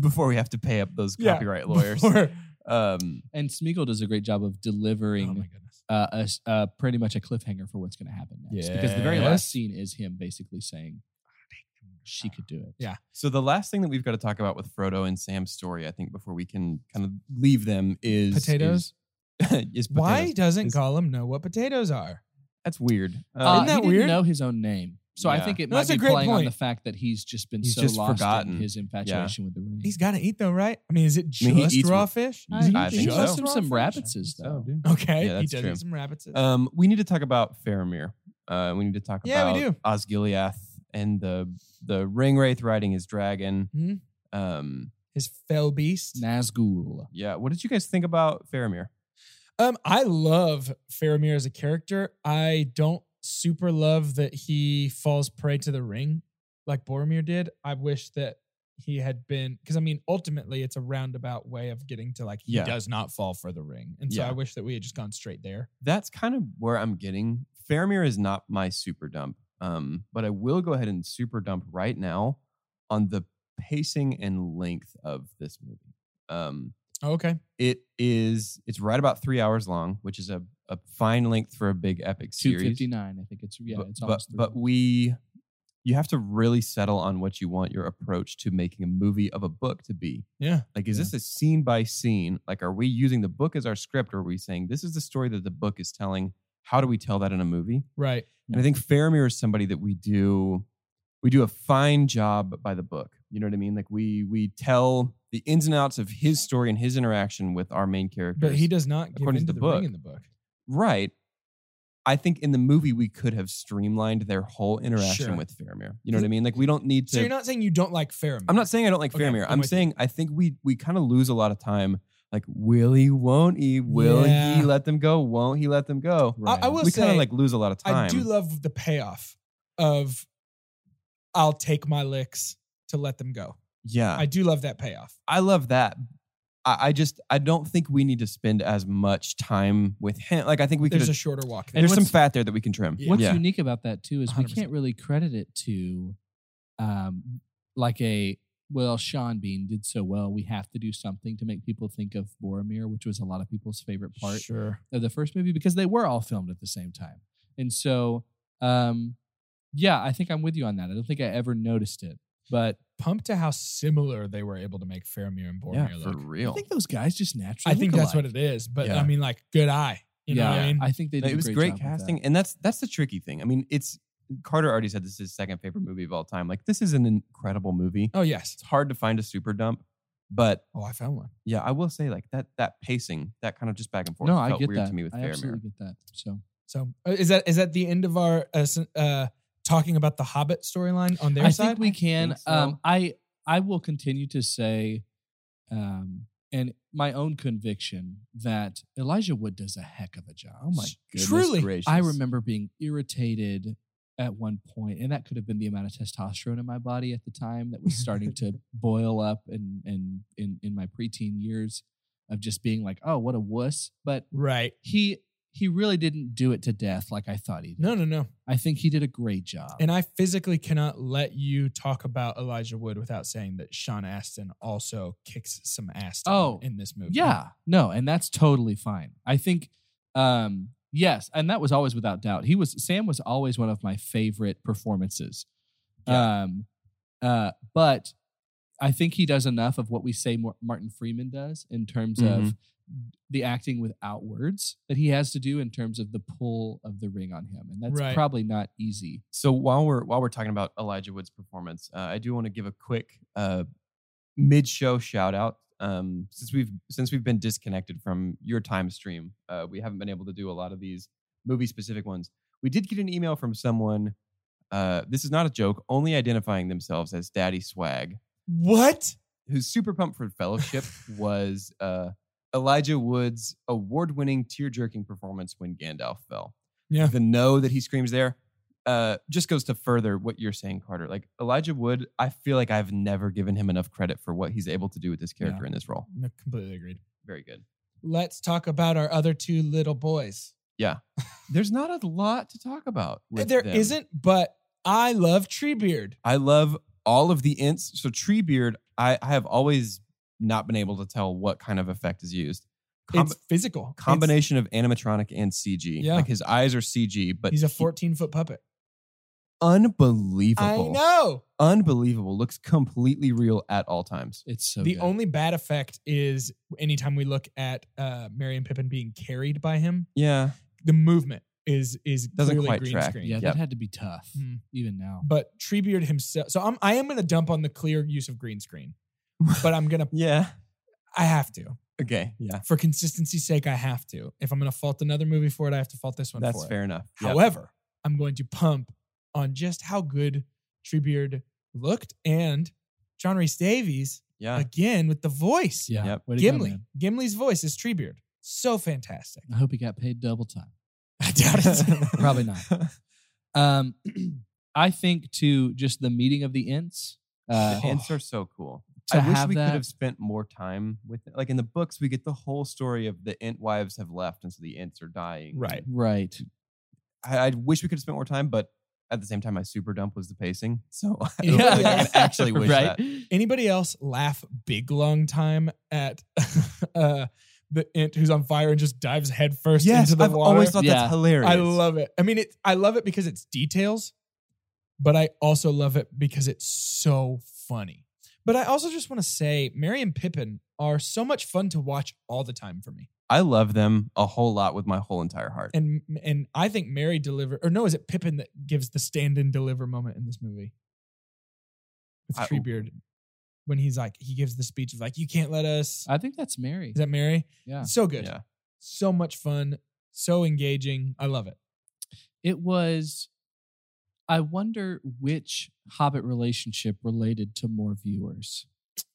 Before we have to pay up those Yeah, [laughs] copyright lawyers. [laughs] Before- Um, And Smeagol does a great job of Oh my delivering goodness. uh, a s- uh, pretty much a cliffhanger for what's going to happen next. Because the very Yes. last scene is him basically saying she could do it. Yeah. so the last thing that we've got to talk about with Frodo and Sam's story, I think, before we can kind of leave them is Potatoes? Is, [laughs] is Why potatoes. doesn't Is- Gollum know what potatoes are? That's weird. Uh, Isn't that he didn't weird? know his own name. So I Yeah. think it No, might that's a be great playing on the point. fact that he's just been He's so just lost forgotten. in his infatuation with the ring. He's got to eat though, right? I mean, is it I mean, he just eats raw raw- fish? I Is it I just think raw so. Some- some fish? rabbits is though. Yeah, Okay, he that's does true. eat some rabbits. Um, we need to talk about Faramir. Uh, we need to talk Yeah, about we do. Osgiliath and the the Ringwraith riding his dragon. Mhm. Um, His fell beast. Nazgul. yeah. What did you guys think about Faramir? Um, I love Faramir as a character. I don't super love that he falls prey to the ring like Boromir did. I wish that he had been because I mean, ultimately, it's a roundabout way of getting to like he Yeah. does not fall for the ring, and so Yeah. I wish that we had just gone straight there. That's kind of where I'm getting. Faramir is not my super dump, um, but I will go ahead and super dump right now on the pacing and length of this movie. Um, Oh, Okay, it is it's right about three hours long, which is a, a fine length for a big epic Two series. fifty nine. I think it's yeah. but, it's but- almost. but three. we you have to really settle on what you want your approach to making a movie of a book to be yeah, like is Yeah. this a scene by scene like are we using the book as our script or are we saying this is the story that the book is telling how do we tell that in a movie right. and i think faramir is somebody that we do we do a fine job by the book you know what i mean like we we tell the ins and outs of his story and his interaction with our main character But he does not give according to into the the, ring book. in the book. Right. I think in the movie we could have streamlined their whole interaction Sure. with Faramir. You know what I mean? Like we don't need to. So you're not saying you don't like Faramir. I'm not saying I don't like Okay, Faramir. I'm I'm with you. saying I think we we kind of lose a lot of time. Like will he? Won't he? Will Yeah. he let them go? Won't he let them go? I- I will we kind say, of like lose a lot of time. I do love the payoff of I'll take my licks to let them go. yeah, I I, do love that payoff. love that. I, I just I don't think we need to spend as much time with him. Like I think we could. There's a have- shorter walk. There. There's some what's- fat there that we can trim. Yeah. What's yeah. unique about that too is we 100%. can't really credit it to, um, like a well, Sean Bean did so well. We have to do something to make people think of Boromir, which was a lot of people's favorite part Sure. of the first movie because they were all filmed at the same time. And so, um, yeah, I think I'm with you on that. I don't think I ever noticed it, but Pumped to how similar they were able to make Faramir and yeah, Boromir for look. I real. think those guys just naturally. I think that's what look alike. it is. But Yeah. I mean, like, good eye. You know what I mean? I think they did. it a was job great with that. casting, and that's that's the tricky thing. I mean, it's Carter already said this is his second favorite movie of all time. Like, this is an incredible movie. oh yes. It's hard to find a super dump, but Oh, I found one. yeah, I will say like that that pacing, that kind of just back and forth, No, I felt get weird that. to me with I absolutely Faramir. get that. So So uh, is that is that the end of our uh, s- uh talking about the Hobbit storyline on their I side? think we can. think so. um, I I will continue to say, um, and my own conviction that Elijah Wood does a heck of a job. Oh my goodness Truly. gracious. I remember being irritated at one point, and that could have been the amount of testosterone in my body at the time that [laughs] was starting to boil up, and and in in my preteen years of just being like, oh, what a wuss. But right. he he really didn't do it to death like I thought he did. No, no, no. I think he did a great job. And I physically cannot let you talk about Elijah Wood without saying that Sean Astin also kicks some ass down Oh, in this movie. yeah, no, and that's totally fine. I think, um, yes, and that was always without doubt. He was Sam was always one of my favorite performances. Um, uh, but I think he does enough of what we say Mar- Martin Freeman does in terms of the acting without words that he has to do in terms of the pull of the ring on him, and that's Right. probably not easy. So while we're while we're talking about Elijah Wood's performance, uh, I do want to give a quick uh, mid-show shout out. Um, since we've since we've been disconnected from your time stream, uh, we haven't been able to do a lot of these movie-specific ones. We did get an email from someone. Uh, this is not a joke. Only identifying themselves as Daddy Swag, What? who's super pumped for Fellowship, was uh, Elijah Wood's award-winning tear-jerking performance when Gandalf fell Yeah. the no that he screams there uh, just goes to further what you're saying, Carter. Like Elijah Wood, I feel like I've never given him enough credit for what he's able to do with this character in this role. No, completely agreed. Very good. Let's talk about our other two little boys. There's not a lot to talk about. with There them. not but I love Treebeard. I love all of the ints. So Treebeard, I, I have always not been able to tell what kind of effect is used. Com- it's physical. It's- combination of animatronic and CG. Yeah. Like his eyes are CG, but he's a he- 14 foot puppet. unbelievable. I know. Unbelievable. Looks completely real at all times. It's so the good. only bad effect is anytime we look at uh, Mary and Pippin being carried by him, Yeah. the movement is is Doesn't clearly quite green track. screen. yeah, Yep. that had to be tough Hmm. even now. But Treebeard himself. So I'm I am going to dump on the clear use of [laughs] green screen, but I'm gonna Yeah. I have to Okay. Yeah. for consistency's sake. I have to. If I'm gonna fault another movie for it, I have to fault this one. That's for it. fair enough. Yep. However, I'm going to pump on just how good Treebeard looked and John Rhys Davies yeah. [laughs] again with the voice. Yeah, Yep. way to go, Gimli. man. Gimli's voice is Treebeard. [laughs] So fantastic. I hope he got paid double time. I doubt it. Probably not. Uh, Um, [clears throat] I think to just the meeting of the Ents. [laughs] Uh, the hints are so cool. to I wish have we that- could have spent more time with it. Like in the books, we get the whole story of the int wives have left, and so the ints are dying. right. Right. I, I wish we could have spent more time, but at the same time, my super dump was the pacing. [laughs] So I Yeah. don't yeah, think [laughs] I can actually wish right? that. Anybody else laugh big long time at [laughs] uh the int who's on fire and just dives headfirst Yes, into the I've water? always thought Yeah. that's hilarious. I love it. I mean, it. I love it because it's details, but I also love it because it's so funny. But I also just want to say, Mary and Pippin are so much fun to watch all the time for me. I love them a whole lot with my whole entire heart. And and I think Mary deliver or no, is it Pippin that gives the stand and deliver moment in this movie with I- Treebeard when he's like he gives the speech of like you can't let us. I think that's Mary. Is that Mary? yeah. So good, yeah. so much fun, so engaging. I love it. It was. I wonder which Hobbit relationship related to more viewers.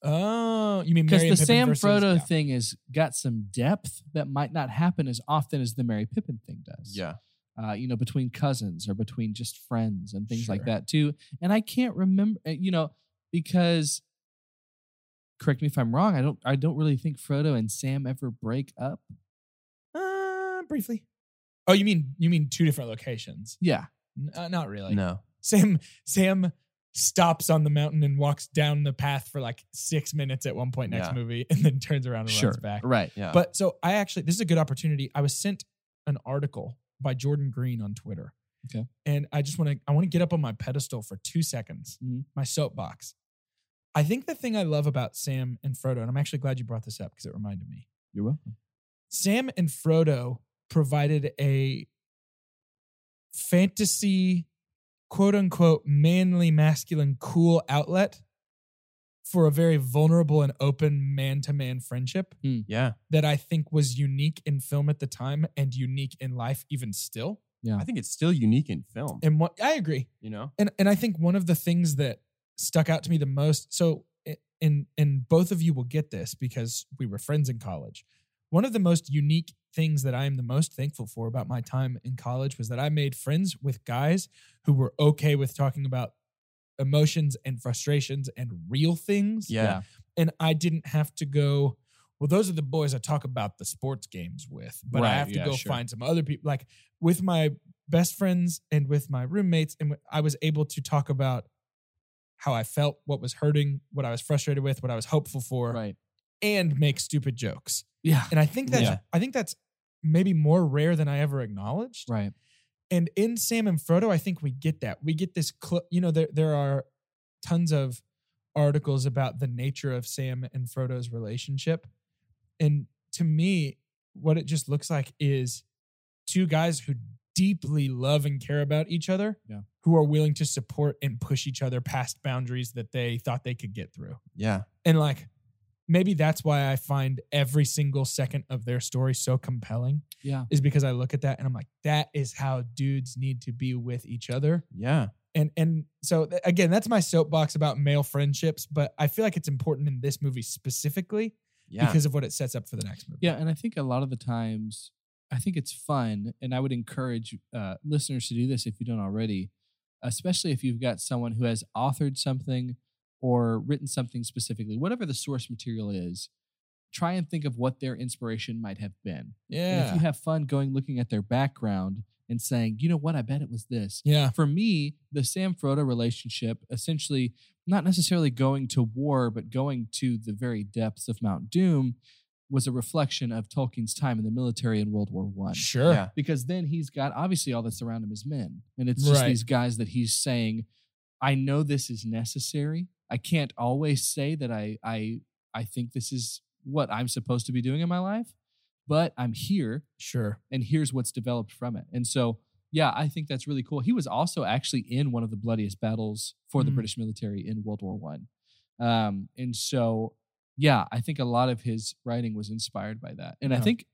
Oh, you mean Because Mary and the Pippin Sam versus- Frodo yeah. thing has got some depth that might not happen as often as the Mary Pippin thing does. Yeah. uh, you know, between cousins or between just friends and things like Sure. that too. And I can't remember, uh, you know, because correct me if I'm wrong. I don't, I don't really think Frodo and Sam ever break up. Uh, briefly. Oh, you mean you mean two different locations? Yeah, N- uh, not really. no. Sam Sam stops on the mountain and walks down the path for like six minutes at one point next Yeah. movie, and then turns around and runs back. right. Yeah. But so I actually, this is a good opportunity. I was sent an article by Jordan Green on Twitter. Okay. And I just want to, I want to get up on my pedestal for two seconds, Mhm. my soapbox. I think the thing I love about Sam and Frodo, and I'm actually glad you brought this up because it reminded me. You're welcome. Sam and Frodo provided a fantasy, quote unquote, manly, masculine, cool outlet for a very vulnerable and open man to man friendship yeah. that I think was unique in film at the time and unique in life even still. I think it's still unique in film, And what I agree. you know? And and I think one of the things that stuck out to me the most so i- and and both of you will get this because we were friends in college. One of the most unique things that I am the most thankful for about my time in college was that I made friends with guys who were okay with talking about emotions and frustrations and real things Yeah. and I didn't have to go, well, those are the boys I talk about the sports games with, but Right, I have to yeah, go sure. find some other people. Like with my best friends and with my roommates, and I was able to talk about how I felt, what was hurting, what I was frustrated with, what I was hopeful for, Right. and make stupid jokes. Yeah. And I think that's Yeah. I think that's maybe more rare than I ever acknowledged. Right. And in Sam and Frodo, I think we get that. We get this, cl- you know, there, there are tons of articles about the nature of Sam and Frodo's relationship. And to me, what it just looks like is two guys who deeply love and care about each other, Yeah. who are willing to support and push each other past boundaries that they thought they could get through. Yeah. And like, maybe that's why I find every single second of their story so compelling Yeah. is because I look at that and I'm like, that is how dudes need to be with each other. Yeah. And and so th- again, that's my soapbox about male friendships, but I feel like it's important in this movie specifically Yeah. because of what it sets up for the next movie. Yeah, and I think a lot of the times, I think it's fun, and I would encourage uh, listeners to do this if you don't already, especially if you've got someone who has authored something or written something specifically, whatever the source material is. Try and think of what their inspiration might have been. And if you have fun going looking at their background and saying, you know what, I bet it was this. Yeah. Uh, For me, the Sam Frodo relationship essentially not necessarily going to war, but going to the very depths of Mount Doom was a reflection of Tolkien's time in the military in World War One. Sure. Yeah. Because then he's got obviously all that's around him is men. And it's just Right. these guys that he's saying, I know this is necessary. I can't always say that I I I think this is what I'm supposed to be doing in my life, but I'm here Sure. and here's what's developed from it. And so, yeah, I think that's really cool. He was also actually in one of the bloodiest battles for the Mm. British military in World War One, um, and so, yeah, I think a lot of his writing was inspired by that. And I Yeah. think,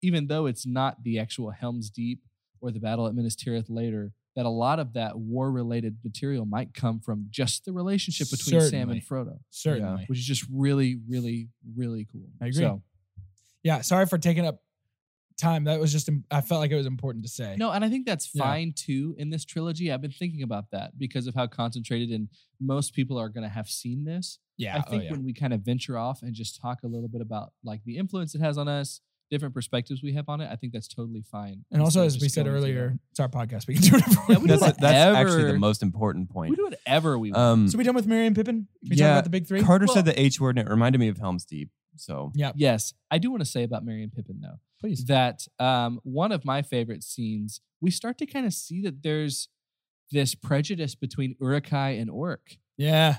even though it's not the actual Helm's Deep or the battle at Minas Tirith later, that a lot of that war-related material might come from just the relationship between Sam Certainly. and Frodo, Certainly. which is just really, really, really cool. I agree. So, Yeah. Sorry for taking up time. That was just im- I felt like it was important to say. No, and I think that's Yeah. fine too in this trilogy. I've been thinking about that because of how concentrated and most people are going to have seen this. Yeah. I oh, think yeah. when we kind of venture off and just talk a little bit about like the influence it has on us, different perspectives we have on it, I think that's totally fine. and also, instead of as we just said going through earlier, it's our podcast. We can [laughs] do whatever we Yeah, we do That's, want. whatever. that's actually Ever- the most important that. we point. do whatever we want. Um, So we done with Mary and Pippin? Can we talk Yeah. about the big three? Carter Well- said the H word and it reminded me of Helm's Deep. So yeah. yes, I do want to say about Merry and Pippin though. Please. that um, one of my favorite scenes, we start to kind of see that there's this prejudice between Urukai and Orc. Yeah.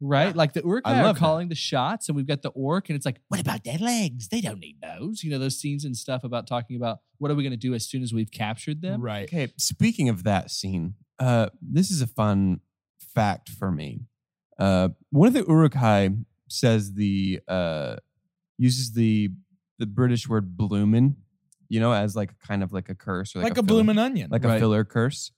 right? Like the Uruk are love that. calling the shots, and we've got the orc, and it's like, what about their legs? They don't need those. You know, those scenes and stuff about talking about what are we going to do as soon as we've captured them? Right. Okay, speaking of that scene, uh, this is a fun fact for me. Uh, one of the Urukai says the uh, uses the the British word bloomin, you know, as like kind of like a curse or like, Like, a, filler- blooming onion. like Right. a filler curse.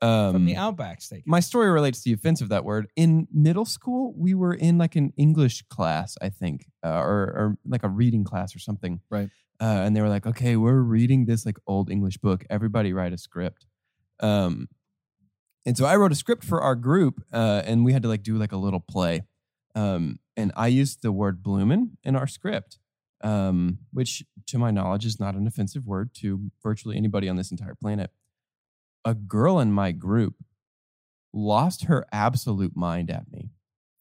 Um, from the Outback Steak. my story relates to the offense of that word. In middle school, we were in like an English class, I think, uh, or, or like a reading class or something. Right. Uh, and they were like, okay, we're reading this like old English book. Everybody write a script. Um, and so I wrote a script for our group, uh, and we had to like do like a little play. Um, and I used the word bloomin' in our script, um, which to my knowledge is not an offensive word to virtually anybody on this entire planet. A girl in my group lost her absolute mind at me.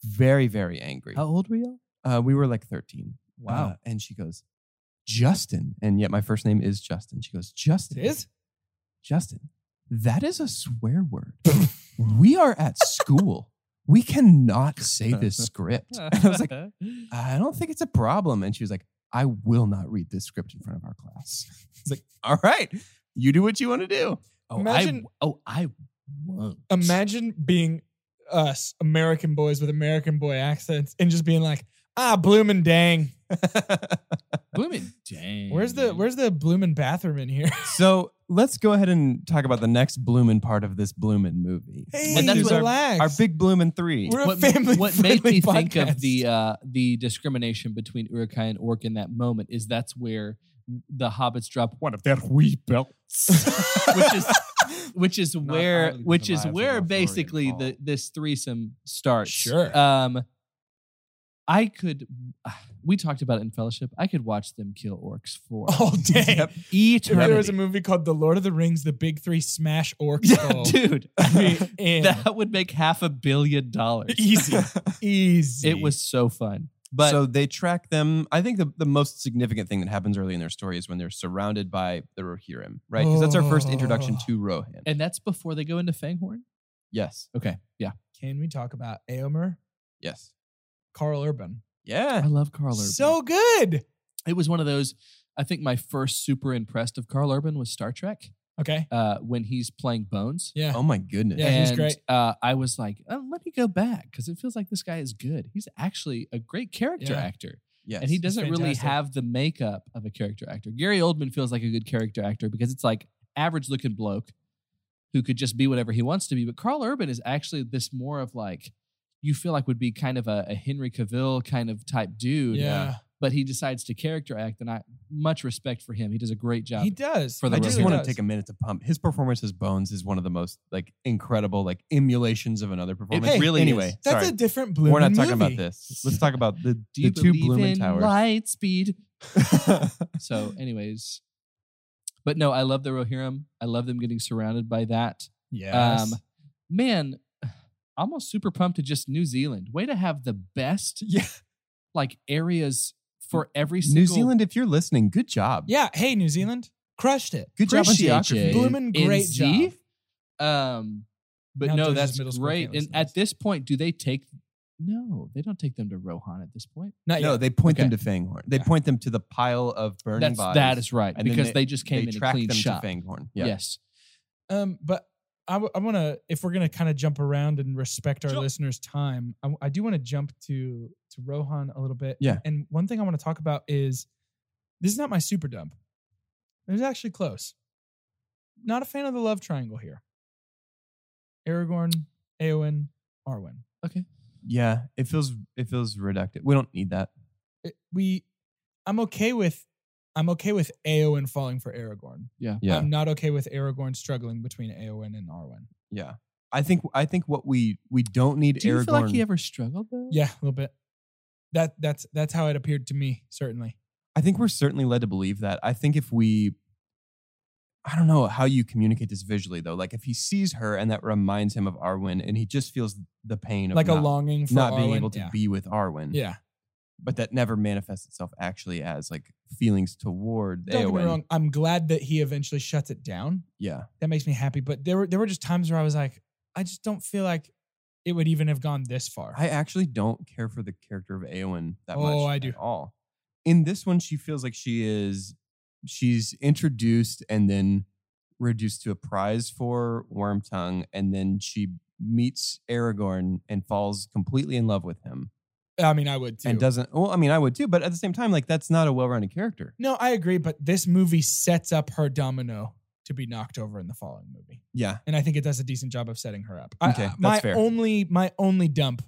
Very, very angry. Oh. How old were [laughs] you? Uh, we were like 13. Wow. Uh, and she goes, Justin. And yet my first name is Justin. She goes, Justin. It is? Justin, that is a swear [laughs] word. we are at school. We cannot say [laughs] this script. And I was like, "Oh, I don't think it's a problem. And she was like, I will not read this script in front of our class. [laughs] It's like, all right, you do what you want to do. oh, Imagine- I, oh, I won't. Imagine being us American boys with American boy accents and just being like, ah, bloomin' dang. [laughs] Bloomin'. Dang. Where's the dude. where's the bloomin' bathroom in here? [laughs] So let's go ahead and talk about the next Bloomin' part of this Bloomin' movie. Hey, But Which that's is what- our, relax. our [laughs] big Bloomin' 3. We're what, a family. what made friendly me think of podcast. the uh, the discrimination between Urukai and Orc in that moment is that's where the hobbits drop one of their wee [laughs] belts, which is which is Not where all the which is lives of where Lothlorien basically the fall. this threesome starts. Sure. Um, I could. [sighs] We talked about it in Fellowship. I could watch them kill orcs for [laughs] all day. eternity. Oh, There was a movie called The Lord of the Rings: The Big Three Smash Orcs. [laughs] yeah, All. dude. I mean, [laughs] Be in. that would make half a billion dollars. [laughs] easy, easy. It was so fun. But so they track them. I think the, the most significant thing that happens early in their story is when they're surrounded by the Rohirrim, right? Because that's our first introduction Oh. to Rohan. and that's before they go into Fanghorn. yes, Okay. Yeah. Can we talk about Aomer? yes, Carl Urban. I yeah. love Carl Urban. So good. it was one of those. I think my first super impressed of Carl Urban was Star Trek Okay. uh, when he's playing Bones. Yeah. Oh my goodness. Yeah, he's Uh, And, great. Uh, I was like, oh, let me go back because it feels like this guy is good. He's actually a great character Yeah. actor, Yes. and he he's doesn't really fantastic. have the makeup of a character actor. Gary Oldman feels like a good character actor because it's like average looking bloke who could just be whatever he wants to be. But Carl Urban is actually this more of like you feel like would be kind of a, a Henry Cavill kind of type dude. yeah. But he decides to character act, and I much respect for him. He does a great job. He does. For the I He just really want does. to take a minute to pump his performance as Bones is one of the most like incredible like emulations of another performance. Hey, really anyway. is. That's sorry. a different blue. We're not talking about this. Let's talk about the, Do you the two believe Blooming in Towers. [laughs] light speed? so, anyways, but no, I love the Rohirrim. I love them getting surrounded by that. Yes. Um, man, [sighs] almost super pumped to just New Zealand. Way to have the best, Yeah. like areas for every single New Zealand, if you're listening, good job. yeah. Hey, New Zealand, crushed it. Good job on Appreciate geography. you. Bloomin' great NZ. Um, but Now no, George's that's middle school great. can't And listen to at this. this point, do they take? No, they don't take them to Rohan at this point. Not No, yet. they point Okay. them to Fanghorn. They Yeah. point them to the pile of burning That's bodies. that is right And then because they- they, just came in and track cleaned them shop. to Fanghorn. Yeah. Yes, Um, but I, w- I want to, if we're gonna kind of jump around and respect our Jump. listeners' time, I, w- I do want to jump to to Rohan a little bit. Yeah. And one thing I want to talk about is this is not my super dump. It was actually close. Not a fan of the love triangle here. Aragorn, Eowyn, Arwen. Yeah. It feels it feels reductive. We don't need that. It- we, I'm okay with, I'm okay with Eowyn falling for Aragorn. Yeah. I'm not okay with Aragorn struggling between Eowyn and Arwen. yeah. I think I think what we we don't need Do you Aragorn. feel like he ever struggled though? Yeah, a little bit. That that's that's how it appeared to me, certainly. I think we're certainly led to believe that. I think if we I don't know how you communicate this visually though. Like if he sees her and that reminds him of Arwen and he just feels the pain of Like not, a longing for not being Arwen. able to yeah. be with Arwen. Yeah, But that never manifests itself actually as like feelings toward don't get me Eowyn. wrong. I'm glad that he eventually shuts it down. Yeah. That makes me happy. But there were there were just times where I was like, I just don't feel like it would even have gone this far. I actually don't care for the character of Eowyn that much. Oh, I do. At all. In this one, she feels like she is she's introduced and then reduced to a prize for Wormtongue, and then she meets Aragorn and falls completely in love with him. I, mean, I would too. And doesn't well, I mean, I would too, but at the same time, like that's not a well-rounded character. no, I agree. But this movie sets up her domino to be knocked over in the following movie, Yeah. and I think it does a decent job of setting her up. I- Okay, I- that's my fair. only my only dump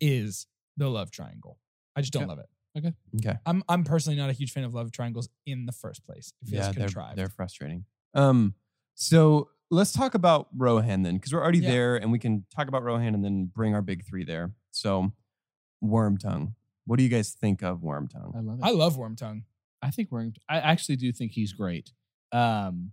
is the love triangle. I just don't love it. Okay. I'm I'm personally not a huge fan of love triangles in the first place. It feels they're, contrived. they're frustrating. Um, so let's talk about Rohan then, because we're already Yeah. there, and we can talk about Rohan and then bring our big three there. So, Wormtongue. What do you guys think of I Wormtongue? love it. I love Wormtongue. I think we're. I actually do think he's great. Um,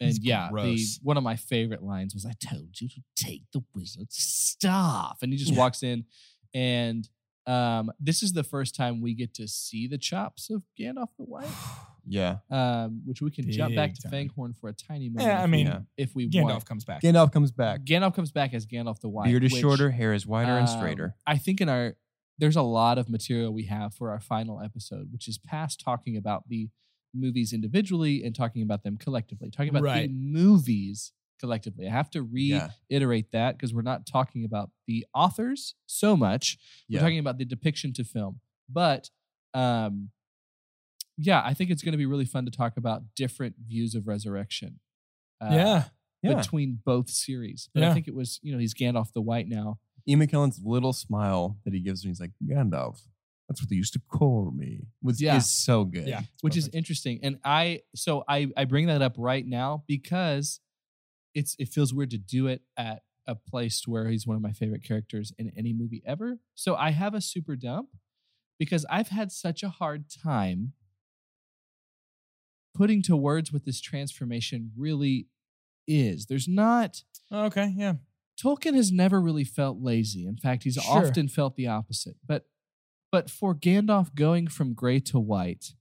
and He's yeah, the, gross. one of my favorite lines was, "I told you to take the wizard's staff," and he just walks in, and um, this is the first time we get to see the chops of Gandalf the White, [sighs] [sighs] Yeah, um, which we can jump back Big to time. Fanghorn for a tiny moment. Yeah, I if we- mean yeah. if we Gandalf want, comes back. Gandalf comes back. Gandalf comes back as Gandalf the White. Beard is which, shorter, hair is wider and um, straighter. I think in our there's a lot of material we have for our final episode, which is past talking about the movies individually and talking about them collectively, talking about Right. the movies collectively. I have to Yeah. reiterate that because we're not talking about the authors so much. Yeah. We're talking about the depiction to film. But um, yeah, I think it's going to be really fun to talk about different views of resurrection. Uh, yeah. Yeah. Between both series. But Yeah. I think it was, you know, he's Gandalf the White now. Ian McKellen's little smile that he gives when he's like, Gandalf, that's what they used to call me, was Yeah. is so good. Yeah. which is Perfect. interesting. And I so I I bring that up right now because it's it feels weird to do it at a place where he's one of my favorite characters in any movie ever. So I have a super dump, because I've had such a hard time putting to words what this transformation really is. There's not Okay, yeah. Tolkien has never really felt lazy. In fact, he's Sure. often felt the opposite. But but for Gandalf going from gray to white,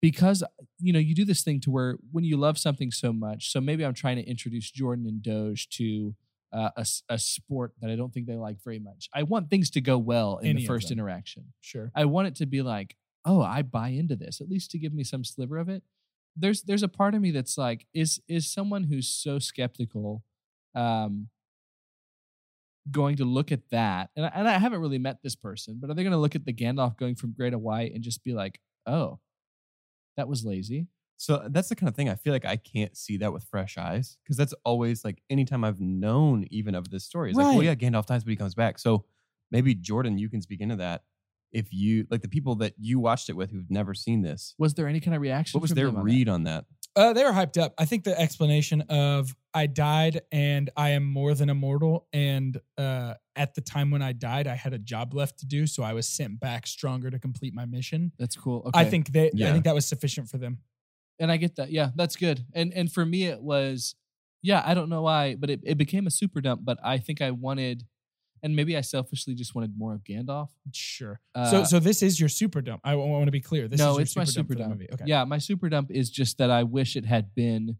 because you know, you do this thing to where when you love something so much, so maybe I'm trying to introduce Jordan and Doge to uh, a, s- a sport that I don't think they like very much. I want things to go well in Any the of first them. interaction. Sure. I want it to be like, oh, I buy into this, at least to give me some sliver of it. There's there's a part of me that's like, is is someone who's so skeptical um going to look at that? And I, and I haven't really met this person, but are they going to look at the Gandalf going from gray to white and just be like, oh, that was lazy? So that's the kind of thing I feel like I can't see that with fresh eyes because that's always like anytime I've known even of this story, it's like, well, Right. yeah, Gandalf dies, but he comes back. So maybe Jordan, you can speak into that. If you like the people that you watched it with who've never seen this, Was there any kind of reaction? what was from their them on that? read on that? Uh, they were hyped up. I think the explanation of I died and I am more than immortal. And uh, at the time when I died, I had a job left to do, so I was sent back stronger to complete my mission. That's cool. I Okay. think they, I Yeah. think that was sufficient for them. and I get that. Yeah, that's good. And and for me, it was yeah. I don't know why, but it, it became a super dump. But I think I wanted, and maybe I selfishly just wanted more of Gandalf. Sure. so, Uh, so this is your super dump. I want to be clear. This no, is your it's my for super the dump. movie. Okay. Yeah, my super dump is just that I wish it had been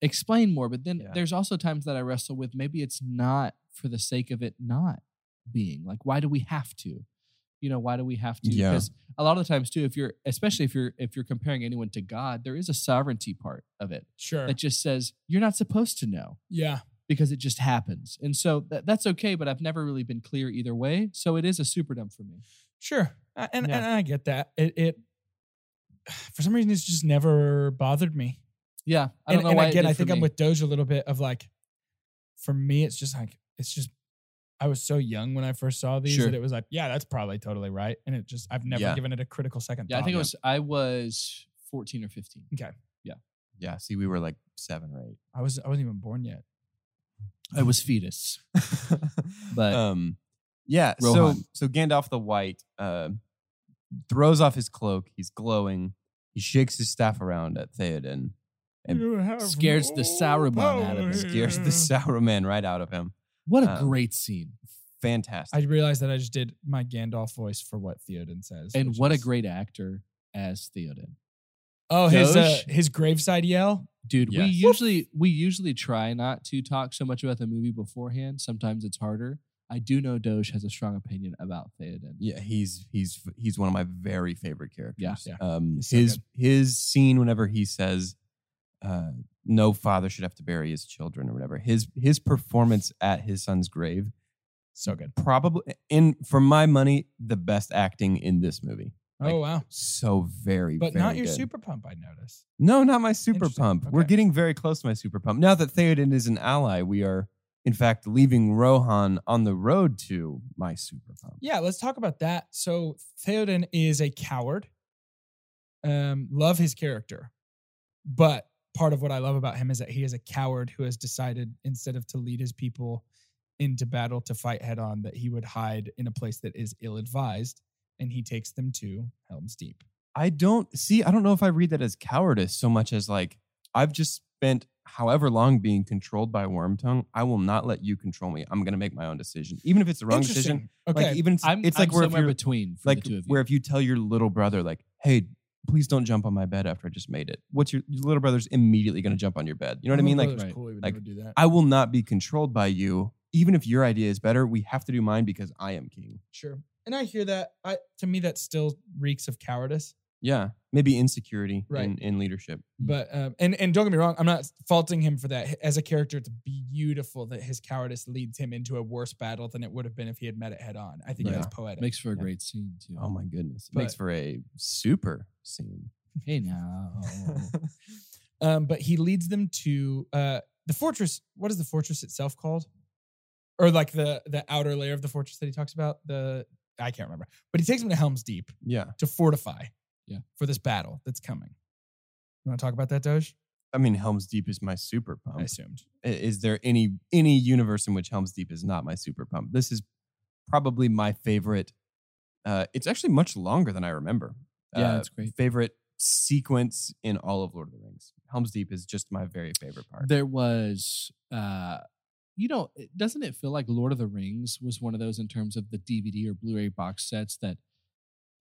explained more. But then Yeah. there's also times that I wrestle with maybe it's not for the sake of it not being like why do we have to you know why do we have to Yeah. because a lot of the times too if you're especially if you're if you're comparing anyone to god there is a sovereignty part of it Sure. that just says you're not supposed to know Yeah. because it just happens. And so that, that's okay, but I've never really been clear either way. So it is a super dump for me. Sure. I- And, Yeah. and I get that. It, it, [sighs] for some reason, it's just never bothered me. Yeah. I and, don't know and why. it again, did I for think I'm me. with Doge a little bit of like, for me, it's just like it's just I was so young when I first saw these Sure. that it was like, yeah, that's probably totally right, and it just I've never Yeah. given it a critical second. Yeah, I thought. think it was I was 14 or 15. Yeah. See, we were like seven or eight. I was I wasn't even born yet. I was fetus. [laughs] But- um, yeah, Rohan. so so Gandalf the White uh, throws off his cloak. He's glowing. He shakes his staff around at Theoden and Scares the Sauron out of him. scares Mm. the [laughs] Sauron right out of him. What a Oh. Um, great scene. Fantastic. I realized that I just did my Gandalf voice for what Theoden says, And which what a is- great actor as Theoden. oh his uh, Doge. his graveside yell. Dude, we Yes. usually we usually try not to talk so much about the movie beforehand. Sometimes it's harder. I do know Doge has a strong opinion about Theoden. yeah, he's he's he's one of my very favorite characters. Yeah. Yeah. Um, He's so his good. his scene whenever he says, uh, "No father should have to bury his children" or whatever. His his performance at his son's grave So good. probably in for my money the best acting in this movie. Like, oh wow! So very, But very not your good. super pump. I noticed. No, not my super Interesting. pump. We're Okay. getting very close to my super pump. Now that Theoden is an ally, we are in fact leaving Rohan on the road to my super pump. Yeah, let's talk about that. So Theoden is a coward. Um, love his character, but part of what I love about him is that he is a coward who has decided instead of to lead his people into battle to fight head on, that he would hide in a place that is ill advised, and he takes them to Helm's Deep. I don't see. I don't know if I read that as cowardice so much as like I've just spent however long being controlled by Wormtongue. I will not let you control me. I'm going to make my own decision, even if it's the wrong decision. Interesting. Okay, Like even I'm, it's I'm like where if somewhere you're between for like the two of you. where if you tell your little brother like, "Hey, please don't jump on my bed after I just made it." What's your, your little brother's immediately going to jump on your bed? You know what I mean? Like Brother's right. cool, he would like, never do that. I will not be controlled by you. Even if your idea is better, we have to do mine because I am king. sure, and I hear that. I to me that still reeks of cowardice. Yeah. Maybe insecurity Right. in, in leadership. Hmm. But um, and and don't get me wrong, I'm not faulting him for that. As a character, it's beautiful that his cowardice leads him into a worse battle than it would have been if he had met it head on. I think Yeah. that's poetic. [laughs] Makes for a Yeah. great scene too. Oh my goodness. It makes But- for a super scene. Hey now. oh, [laughs] um, but he leads them to uh the fortress. What is the fortress itself called? Or like the the outer layer of the fortress that he talks about. The I can't remember. But he takes him to Helm's Deep yeah. to fortify. Yeah. For this battle that's coming. You want to talk about that, Doge? I mean, Helm's Deep is my super I Um, pump. assumed. I- Is there any any universe in which Helm's Deep is not my super pump? This is probably my favorite Uh, it's actually much longer than I remember. Yeah, Uh, that's great. Favorite sequence in all of Lord of the Rings. Helm's Deep is just my very favorite part. There was, uh, you know, it- doesn't it feel like Lord of the Rings was one of those in terms of the DVD or Blu-ray box sets that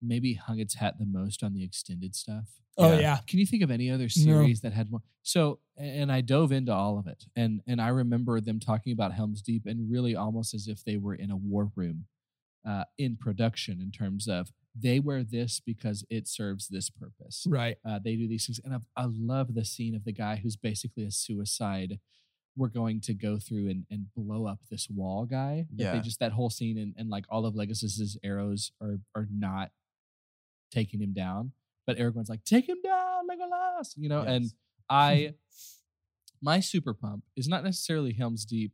maybe hung its hat the most on the extended stuff? Oh, Yeah. yeah. Can you think of any other series that had more? So, a- and I dove into all of it, and and I remember them talking about Helm's Deep, and really almost as if they were in a war room, uh, in production in terms of they wear this because it serves this purpose. Right. Uh, they do these things, and I, I love the scene of the guy who's basically a suicide. We're going to go through and, and blow up this wall, guy. That They Yeah. just that whole scene and, and like all of Legolas's arrows are are not taking him down, but Aragorn's like, take him down, Legolas. You know, and Yes. I, my super pump is not necessarily Helm's Deep,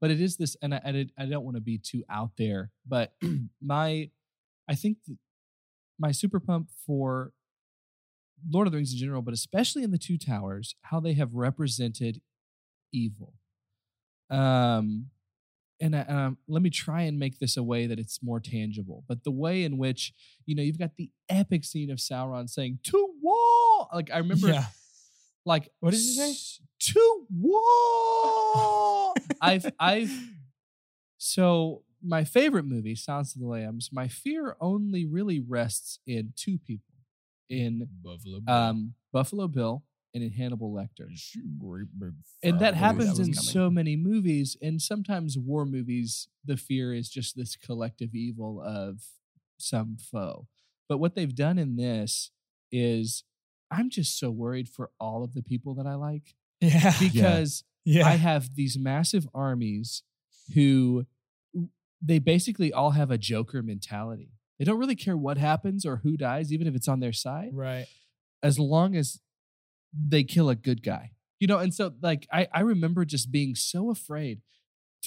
but it is this, and I, and it, I don't want to be too out there, but [clears throat] my, I think th- my super pump for Lord of the Rings in general, but especially in the Two Towers, how they have represented evil. Um, and I, um, let me try and make this a way that it's more tangible. But the way in which you know you've got the epic scene of Sauron saying "to wall," like I remember, [laughs] Yeah. like What did he say? "S- To wall. I've [laughs] I've so my favorite movie, Silence of the Lambs. My fear only really rests in two people, in um, Buffalo Bill and in Hannibal Lecter. And that I knew happens that was in coming. so many movies, and sometimes war movies, the fear is just this collective evil of some foe. But what they've done in this is I'm just so worried for all of the people that I like [laughs] Yeah. [laughs] because yeah. I have these massive armies who they basically all have a Joker mentality. They don't really care what happens or who dies, even if it's on their side right. as long as they kill a good guy. You know, and so like I, I remember just being so afraid.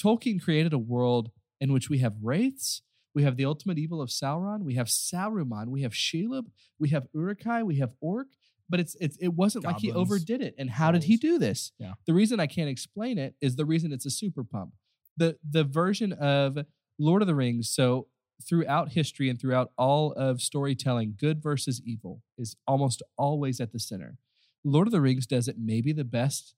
Tolkien created a world in which we have wraiths, we have the ultimate evil of Sauron, we have Saruman, we have Shelob, we have Urukai, we have Orc. But it's it's it wasn't like he Goblins. overdid it. And how did he do this? Yeah. The reason I can't explain it is the reason it's a super pump. The the version of Lord of the Rings, so throughout history and throughout all of storytelling, good versus evil is almost always at the center. Lord of the Rings does it maybe the best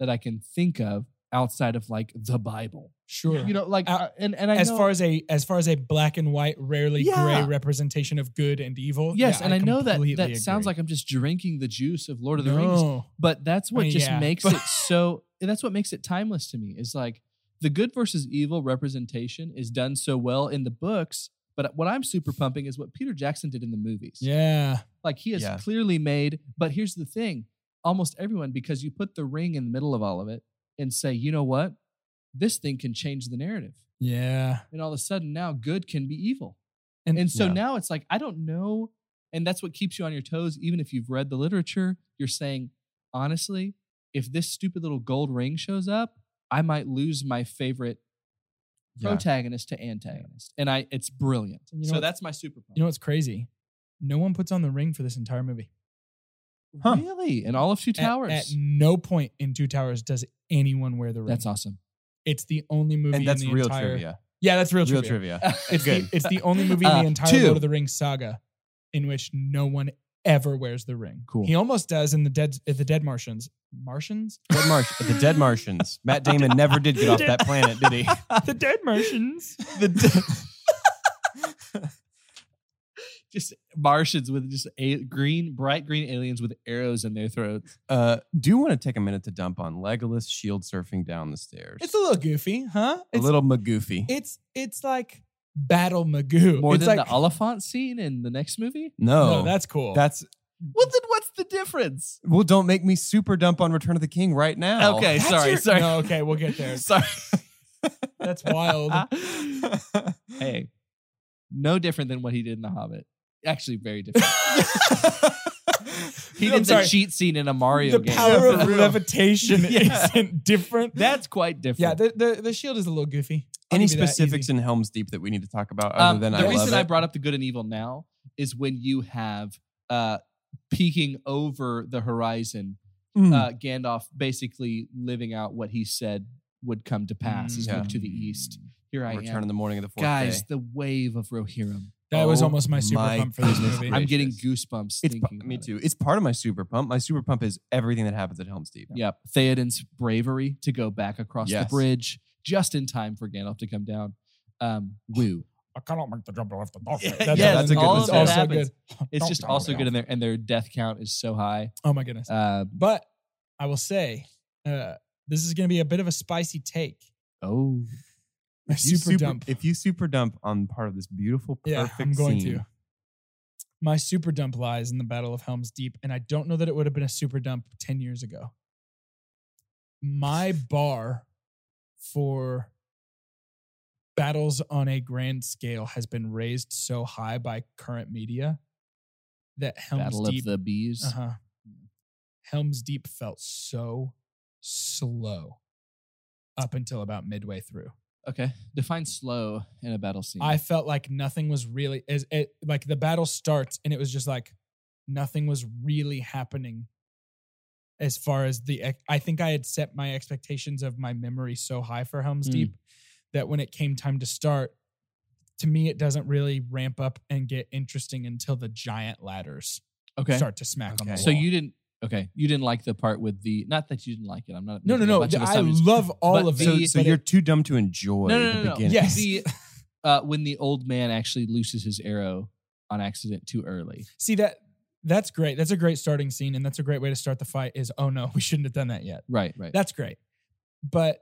that I can think of outside of like the Bible. Sure. You know, like Uh, uh, and and I as know, far as a as far as a black and white, rarely Yeah. gray representation of good and evil. yes, oh, yeah, and I, know that completely that agree. sounds like I'm just drinking the juice of Lord of the Rings, no. but that's what mean, just yeah, makes [laughs] but- it so. That's what makes it timeless to me. Is like the good versus evil representation is done so well in the books, but what I'm super pumping is what Peter Jackson did in the movies. Yeah. Like he has Yeah. clearly made, but here's the thing almost everyone, because you put the ring in the middle of all of it and say, you know what? This thing can change the narrative. Yeah. And all of a sudden now good can be evil. And- And, so Yeah. now it's like, I don't know. And that's what keeps you on your toes. Even if you've read the literature, you're saying, honestly, if this stupid little gold ring shows up, I might lose my favorite Yeah. protagonist to antagonist. And I it's brilliant. You know so what- that's my super You know what's crazy? No one puts on the ring for this entire movie. Huh. Really? And all of Two At- Towers. At, no point in Two Towers does anyone wear the ring. That's awesome. It's the only movie. and that's in the real entire, trivia. Yeah, that's real, Real trivia. trivia. It's Good. the it's the only movie in Uh, the entire two. Lord of the Rings saga in which no one ever wears the ring. Cool. He almost does in the dead in the Dead Martians. [laughs] Martians. Dead Marsh, the Dead Martians. Matt Damon never did get off that planet, did he? the Dead Martians. The de- Just Martians with just a green, bright green aliens with arrows in their throats. uh, do want to take a minute to dump on Legolas shield surfing down the stairs. It's a little goofy, huh? a It's, little magoofy. It's it's like Battle Magoo. More it's than [laughs] like, the Oliphant scene in the next movie. no, no, that's that's cool. Oh. that's Well, then what's the difference? well. Don't make me super dump on Return of the King right now. Okay, That's sorry, your- sorry, No, okay, we'll get there. sorry. That's wild. hey, no different than what he did in The Hobbit. Actually, [laughs] very different. he I'm did the sorry. cheat scene in a Mario the game. power For [laughs] of real. levitation Yeah. isn't different. That's quite different. yeah. The, the the shield is a little goofy. I'll Any give you that specifics easy. in Helm's Deep that we need to talk about other Um, than the I reason love I it? brought up the good and evil now is when you have uh, peeking over the horizon, Mm. uh, Gandalf basically living out what he said would come to pass. Is Mm. look to the east. Here I Return am, in the morning of the fourth guys. day. The wave of Rohirrim. That was Oh almost my super my pump for this goodness movie. gracious. I'm getting goosebumps It's thinking. me about it. too. It's part of my super pump. My super pump is everything that happens at Helm's Deep. Yep. Theoden's bravery to go back across Yes. the bridge just in time for Gandalf to come down. Um, woo. I cannot make the jump off the dock. Yeah, That's- yeah, that's a good all one. of All that that also happens. good. It's Don't just tell also me good that. in there, and their death count is so high. Oh my goodness. Um, But I will say, uh, this is going to be a bit of a spicy take. oh, My If you super, dump. If you super dump on part of this beautiful, perfect Yeah, I'm going scene, to. My super dump lies in the Battle of Helm's Deep, and I don't know that it would have been a super dump 10 years ago. My bar for battles on a grand scale has been raised so high by current media that Helm's Battle Deep of the Bees. Uh-huh. Helm's Deep felt so slow up until about midway through. Okay. Define slow in a battle scene. I felt like nothing was really as it like the battle starts and it was just like nothing was really happening as far as the ex- I think I had set my expectations of my memory so high for Helm's Mm. Deep that when it came time to start to me it doesn't really ramp up and get interesting until the giant ladders okay. start to smack on the Okay. wall. So you didn't. Okay, you didn't like the part with the. Not that you didn't like it. I'm not. No, no, making a no. bunch of I assumptions. love all But of it. So, The- so but you're it- too dumb to enjoy No, no, no, the no. beginning. Yes. The, uh, when the old man actually looses his arrow on accident too early. see that that's great. That's a great starting scene, and that's a great way to start the fight. Is oh no, [laughs] we shouldn't have done that yet. Right, right. That's great, but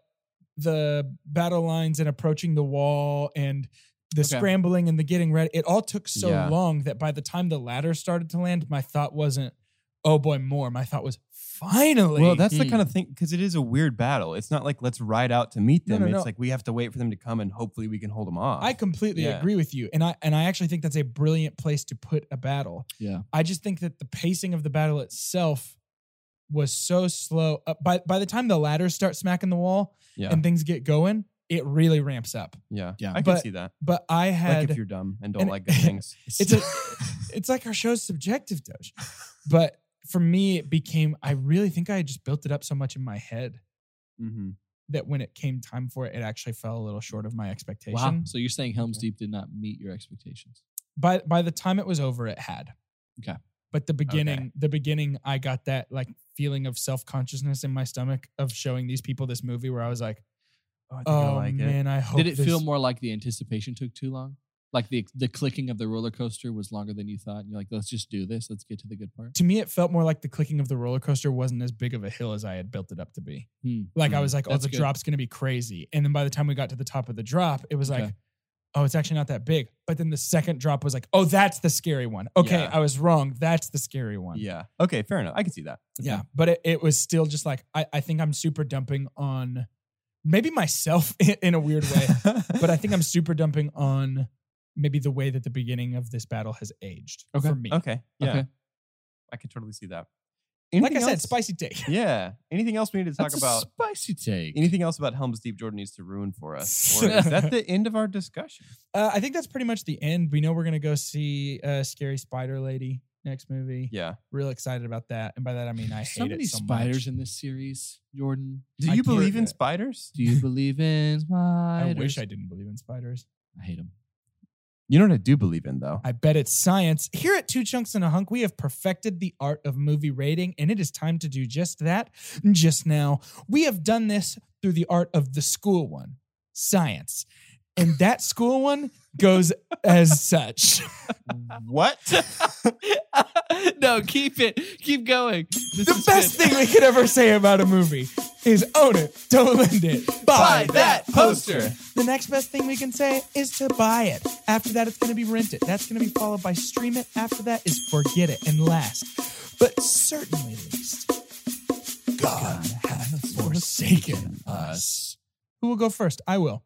the battle lines and approaching the wall and the Okay. scrambling and the getting ready, it all took so Yeah. long that by the time the ladder started to land, my thought wasn't oh boy more. My thought was finally. Well, that's the Hmm. kind Mm. of thing because it is a weird battle. It's not like let's ride out to meet No, them. no, it's no. like we have to wait for them to come and hopefully we can hold them off. I completely Yeah. agree with you, and I and I actually think that's a brilliant place to put a battle. Yeah. I just think that the pacing of the battle itself was so slow. Uh, by by the time the ladders start smacking the wall yeah, and things get going, it really ramps up. yeah, Yeah. I can But see that. But I had Like if you're dumb and don't and- [laughs] like good things, [laughs] it's a, it's like our show's subjective, Doge. But for me, it became. I really think I had just built it up so much in my head Mhm. that when it came time for it, it actually fell a little short of my wow. expectation. So you're saying Helm's Deep did not meet your expectations? by by the time it was over, it had. Okay. But the beginning, the beginning, I got that like feeling of self consciousness in my stomach of showing these people this movie where I was like, Oh, I think I oh like it. man, I hope. Did it this- feel more like the anticipation took too long? Like the the clicking of the roller coaster was longer than you thought, and you're like, let's just do this. Let's get to the good part. To me, it felt more like the clicking of the roller coaster wasn't as big of a hill as I had built it up to be. Hmm. Like I Hmm. was like, oh, That's the good. drop's gonna be crazy, and then by the time we got to the top of the drop, it was like. Okay. Oh, it's actually not that big. But then the second drop was like, oh, that's the scary one. Okay, Yeah. I was wrong. That's the scary one. Yeah. Okay. Fair enough. I can see that. Yeah. But it, it was still just like, I, I think I'm super dumping on maybe myself [laughs] in, in a weird [laughs] way, but I think I'm super dumping on maybe the way that the beginning of this battle has aged Okay. for me. Okay. Yeah. Okay. I can totally see that. Like I Anything said, else? spicy take. Yeah. Anything else we need to talk That's a about? spicy take. Anything else about Helm's Deep Jordan needs to ruin for us? Or is [laughs] that the end of our discussion? Uh, I think that's pretty much the end. We know we're going to go see uh, Scary Spider Lady next movie. Yeah. Real excited about that. And by that, I mean, I hate so it many so spiders much. in this series, Jordan. Do I you can't- believe in spiders? [laughs] Do you believe in I spiders? wish I didn't believe in spiders. I hate them. You know what I do believe in though. I bet it's science. Here at Two Chunks and a Hunk, we have perfected the art of movie rating, and it is time to do just that just now. We have done this through the art of the school one, science. And that school one goes [laughs] as such. what? no, keep it. Keep going. This The is best good. thing we could ever say about a movie is own it, don't lend it. Buy, that poster. The next best thing we can say is to buy it. After that, it's going to be rent it. That's going to be followed by stream it. After that is forget it. And last, but certainly least, God hath forsaken us. Who will go first? I will.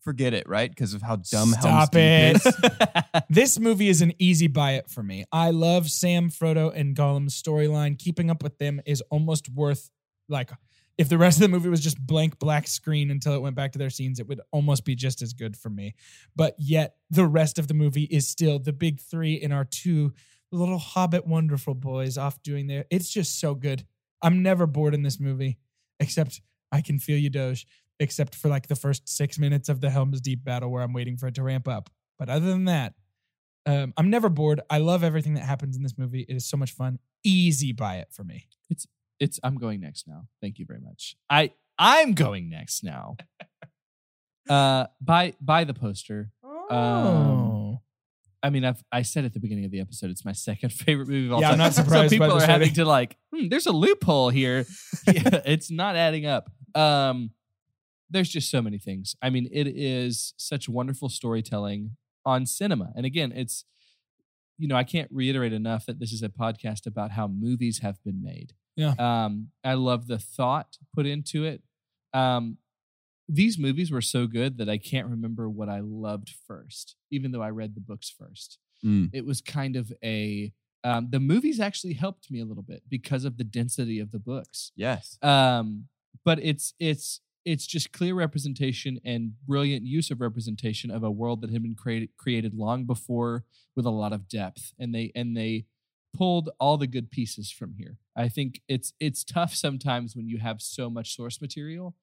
Forget it, right? Because of how dumb Helm's Stop Deep it. is. [laughs] this movie is an easy buy it for me. I love Sam, Frodo, and Gollum's storyline. Keeping up with them is almost worth like if the rest of the movie was just blank black screen until it went back to their scenes, it would almost be just as good for me. But yet the rest of the movie is still the big three and our two little hobbit wonderful boys off doing their it's just so good. I'm never bored in this movie, except I can feel you doge, except for like the first six minutes of the Helm's Deep battle where I'm waiting for it to ramp up. But other than that, um, I'm never bored. I love everything that happens in this movie. It is so much fun. Easy buy it for me. It's I'm going next now. Thank you very much. I I'm going next now. uh buy buy the poster. Um, Oh. I mean, I've I said at the beginning of the episode, it's my second [laughs] favorite movie of all Yeah, I'm time. not surprised by [laughs] So people this are having rating. to like, hmm, there's a loophole here. [laughs] Yeah, it's not adding up. Um, there's just so many things. I mean, it is such wonderful storytelling on cinema, and again, it's you know I can't reiterate enough that this is a podcast about how movies have been made. Yeah. Um, I love the thought put into it. Um, these movies were so good that I can't remember what I loved first, even though I read the books first. Mm. It was kind of a um, the movies actually helped me a little bit because of the density of the books. Yes. Um, but it's it's it's just clear representation and brilliant use of representation of a world that had been created created long before with a lot of depth, and they and they pulled all the good pieces from here. I think it's it's tough sometimes when you have so much source material.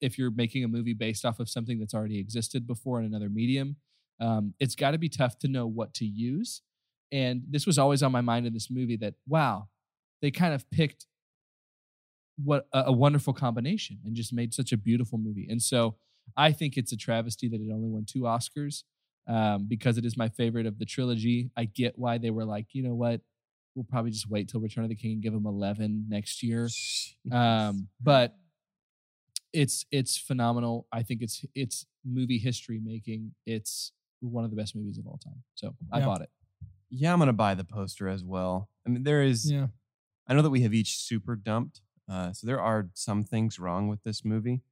If you're making a movie based off of something that's already existed before in another medium, um, it's got to be tough to know what to use. And this was always on my mind in this movie that wow, they kind of picked what a, a wonderful combination and just made such a beautiful movie. And so I think it's a travesty that it only won two Oscars um, because it is my favorite of the trilogy. I get why they were like, you know what, we'll probably just wait till Return of the King and give them eleven next year. Um, but it's it's phenomenal. I think it's it's movie history making. It's one of the best movies of all time. So I Yeah. bought it. Yeah, I'm gonna buy the poster as well. I mean, there is. Yeah. I know that we have each super dumped, uh, so there are some things wrong with this movie,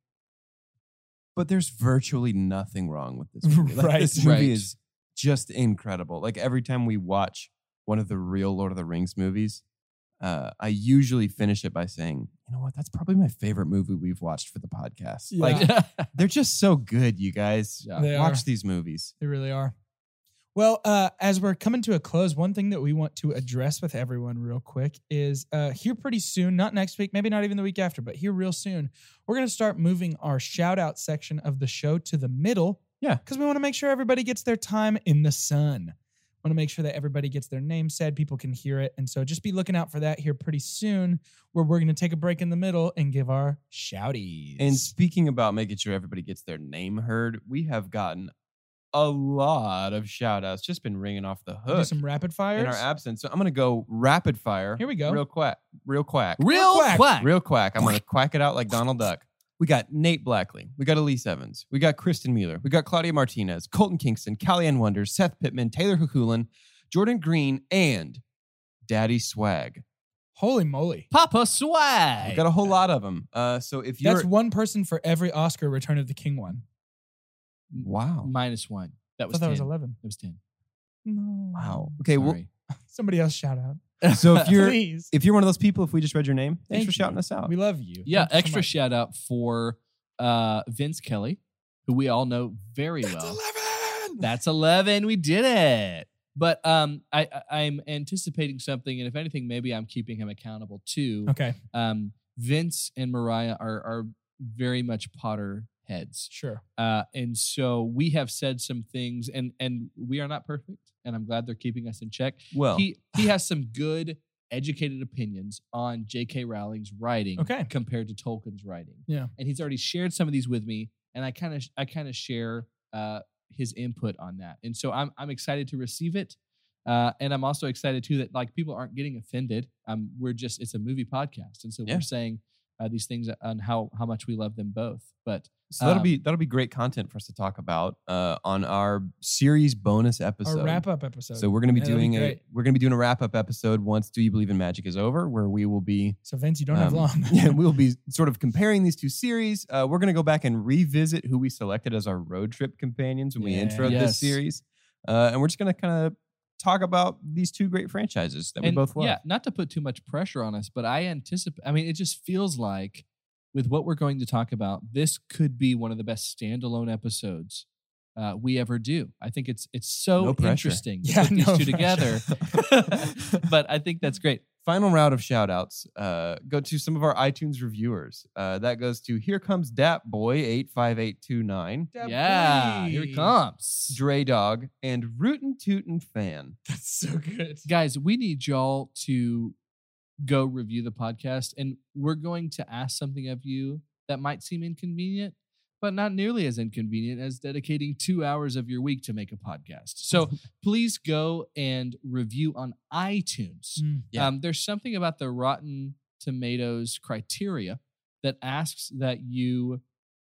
but there's virtually nothing wrong with this [laughs] movie. Like, Right. This movie Right. is just incredible. Like every time we watch one of the real Lord of the Rings movies, uh, I usually finish it by saying, "You know what? That's probably my favorite movie we've watched for the podcast." Like they're just so good, you guys. Yeah. They watch are. these movies. They really are. Well, uh, as we're coming to a close, one thing that we want to address with everyone real quick is uh, here pretty soon, not next week, maybe not even the week after, but here real soon, we're going to start moving our shout out section of the show to the middle. Yeah. Because we want to make sure everybody gets their time in the sun. Want to make sure that everybody gets their name said, people can hear it. And so just be looking out for that here pretty soon, where we're going to take a break in the middle and give our shouties. And speaking about making sure everybody gets their name heard, we have gotten a lot of shout outs, just been ringing off the We'll do hook some rapid in fires. our absence. So I'm going to go rapid fire. Here we go. Real quack. Real quack. [laughs] Real quack. quack. Real quack. I'm going to quack it out like Donald Duck. We got Nate Blackley. We got Elise Evans. We got Kristen Mueller. We got Claudia Martinez, Colton Kingston, Callie Wonders, Seth Pittman, Taylor Hukulin, Jordan Green, and Daddy Swag. Holy moly. Papa Swag. We got a whole lot of them. Uh, so if you're That's one person for every Oscar Return of the King one. wow, minus one. That I was thought that was 10. 11. That was ten. No. wow. Okay, well, Sorry. Somebody else shout out. so if you're Please. if you're one of those people, if we just read your name, thanks Thank for shouting you. us out. We love you. yeah, Thank you so extra much. shout out for uh, Vince Kelly, who we all know very well. That's eleven. We did it. But um, I, I I'm anticipating something, and if anything, maybe I'm keeping him accountable too. Okay, Um, Vince and Mariah are are very much Potter heads. sure. Uh, and so we have said some things, and and we are not perfect, and I'm glad they're keeping us in check. well, he he has some good educated opinions on J.K. Rowling's writing Okay. compared to Tolkien's writing. Yeah. and he's already shared some of these with me, and I kind of I kind of share uh, his input on that, and so I'm I'm excited to receive it. Uh, and I'm also excited too that like people aren't getting offended. Um, we're just it's a movie podcast, and so Yeah. we're saying uh, these things on how how much we love them both. But so that'll uh, um, be that'll be great content for us to talk about uh, on our series bonus episode. Our wrap up episode. So we're gonna be Yeah, that'll doing a great. we're gonna be doing a wrap up episode once Do You Believe in Magic is over, where we will be So Vince, you don't have um, long. [laughs] yeah, [laughs] we'll be sort of comparing these two series. Uh, we're gonna go back and revisit who we selected as our road trip companions when Yeah. we introed Yes. this series, uh, and we're just gonna kind of talk about these two great franchises that we both love. [laughs] [laughs] Yeah, not to put too much pressure on us, but I anticipate. I mean, it just feels like with what we're going to talk about, this could be one of the best standalone episodes uh, we ever do. I think it's it's so No pressure. interesting [laughs] to Yeah, put these no two pressure. [laughs] together. but I think that's great. final round of shout outs uh, go to some of our iTunes reviewers. Uh, that goes to Here Comes Dap Boy 85829, Yeah, here it comes. Dre Dog, and Rootin' Tootin' Fan. That's so good. Guys, we need y'all to go review the podcast, and we're going to ask something of you that might seem inconvenient, but not nearly as inconvenient as dedicating two hours of your week to make a podcast. So please go and review on iTunes. Mm. Yeah. Um, there's something about the Rotten Tomatoes criteria that asks that you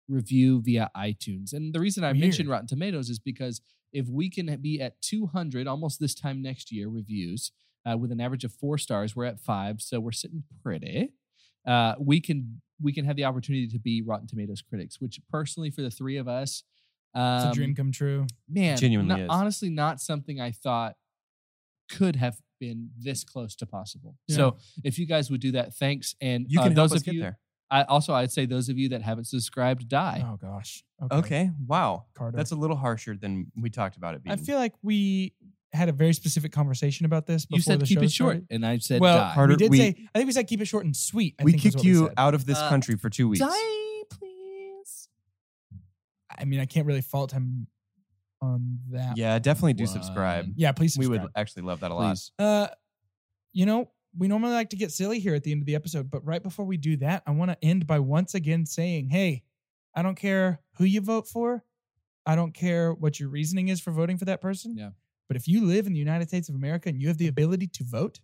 review via iTunes. And the reason I mentioned Rotten Tomatoes is because if we can be at 200 almost this time next year reviews uh, with an average of four stars, we're at five, so we're sitting pretty. Uh, we can we can have the opportunity to be Rotten Tomatoes critics, which personally for the three of us, um, It's a dream come true. man, Genuinely not- is. honestly, not something I thought could have been this close to possible. Yeah. So if you guys would do that, thanks. And You uh, can help those us of get you, there. I also I'd say those of you that haven't subscribed, die. Oh gosh. Okay. Wow. Carter. That's a little harsher than we talked about it being. I feel like we had a very specific conversation about this. Before you said the keep show it short, started. and I said well, die. Carter, we did we- say. I think we said keep it short and sweet. I we think was kicked what we you said. out of this Uh, country for two weeks. Die, please. I mean, I can't really fault him on that. Yeah, definitely do subscribe. One. Yeah. Please. We would subscribe. actually love that a lot. Please. Uh, you know, we normally like to get silly here at the end of the episode, but right before we do that, I want to end by once again saying, hey, I don't care who you vote for. I don't care what your reasoning is for voting for that person. Yeah. But if you live in the United States of America and you have the ability to vote,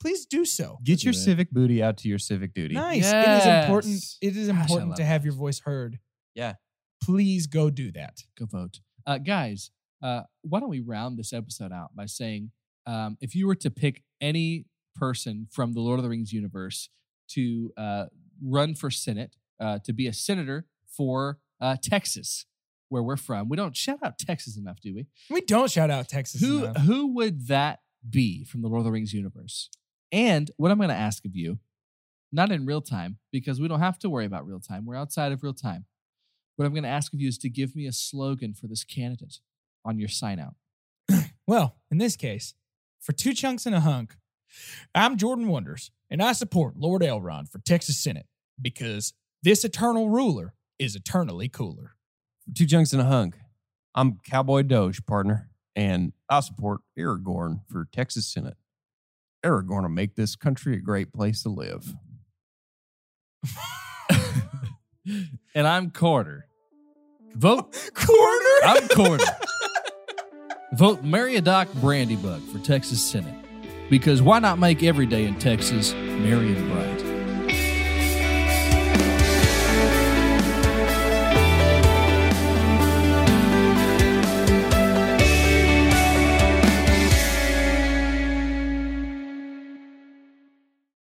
please do so. Get your do it. civic booty out to your civic duty. Nice. It is important. Yes. It is Gosh, I important to love have that. your voice heard. Yeah. Please go do that. Go vote, uh, guys. Uh, why don't we round this episode out by saying, um, if you were to pick any person from the Lord of the Rings universe to uh, run for Senate, uh, to be a senator for uh, Texas, where we're from, we don't shout out Texas enough, do we? We don't shout out Texas. who uh, enough. who would that be from the Lord of the Rings universe? And what I'm going to ask of you, not in real time because we don't have to worry about real time. We're outside of real time. What I'm going to ask of you is to give me a slogan for this candidate on your sign out. Well, in this case, for two chunks and a hunk, I'm Jordan Wonders, and I support Lord Elrond for Texas Senate because this eternal ruler is eternally cooler. Two junks and a hunk. I'm Cowboy Doge, partner, and I support Aragorn for Texas Senate. Aragorn will make this country a great place to live. [laughs] And I'm Carter. Vote Corner? I'm Corner. [laughs] Vote Mary a Doc Brandybug for Texas Senate because why not make every day in Texas merry and bright?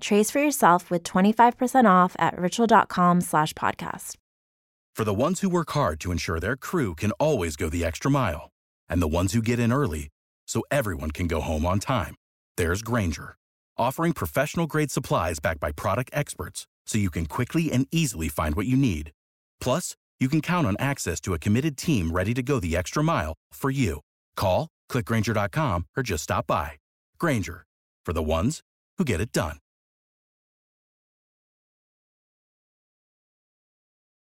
Trace for yourself with 25% off at ritual.com slash podcast. For the ones who work hard to ensure their crew can always go the extra mile, and the ones who get in early so everyone can go home on time, there's Granger, offering professional grade supplies backed by product experts so you can quickly and easily find what you need. Plus, you can count on access to a committed team ready to go the extra mile for you. Call, clickgranger.com, or just stop by. Granger, for the ones who get it done.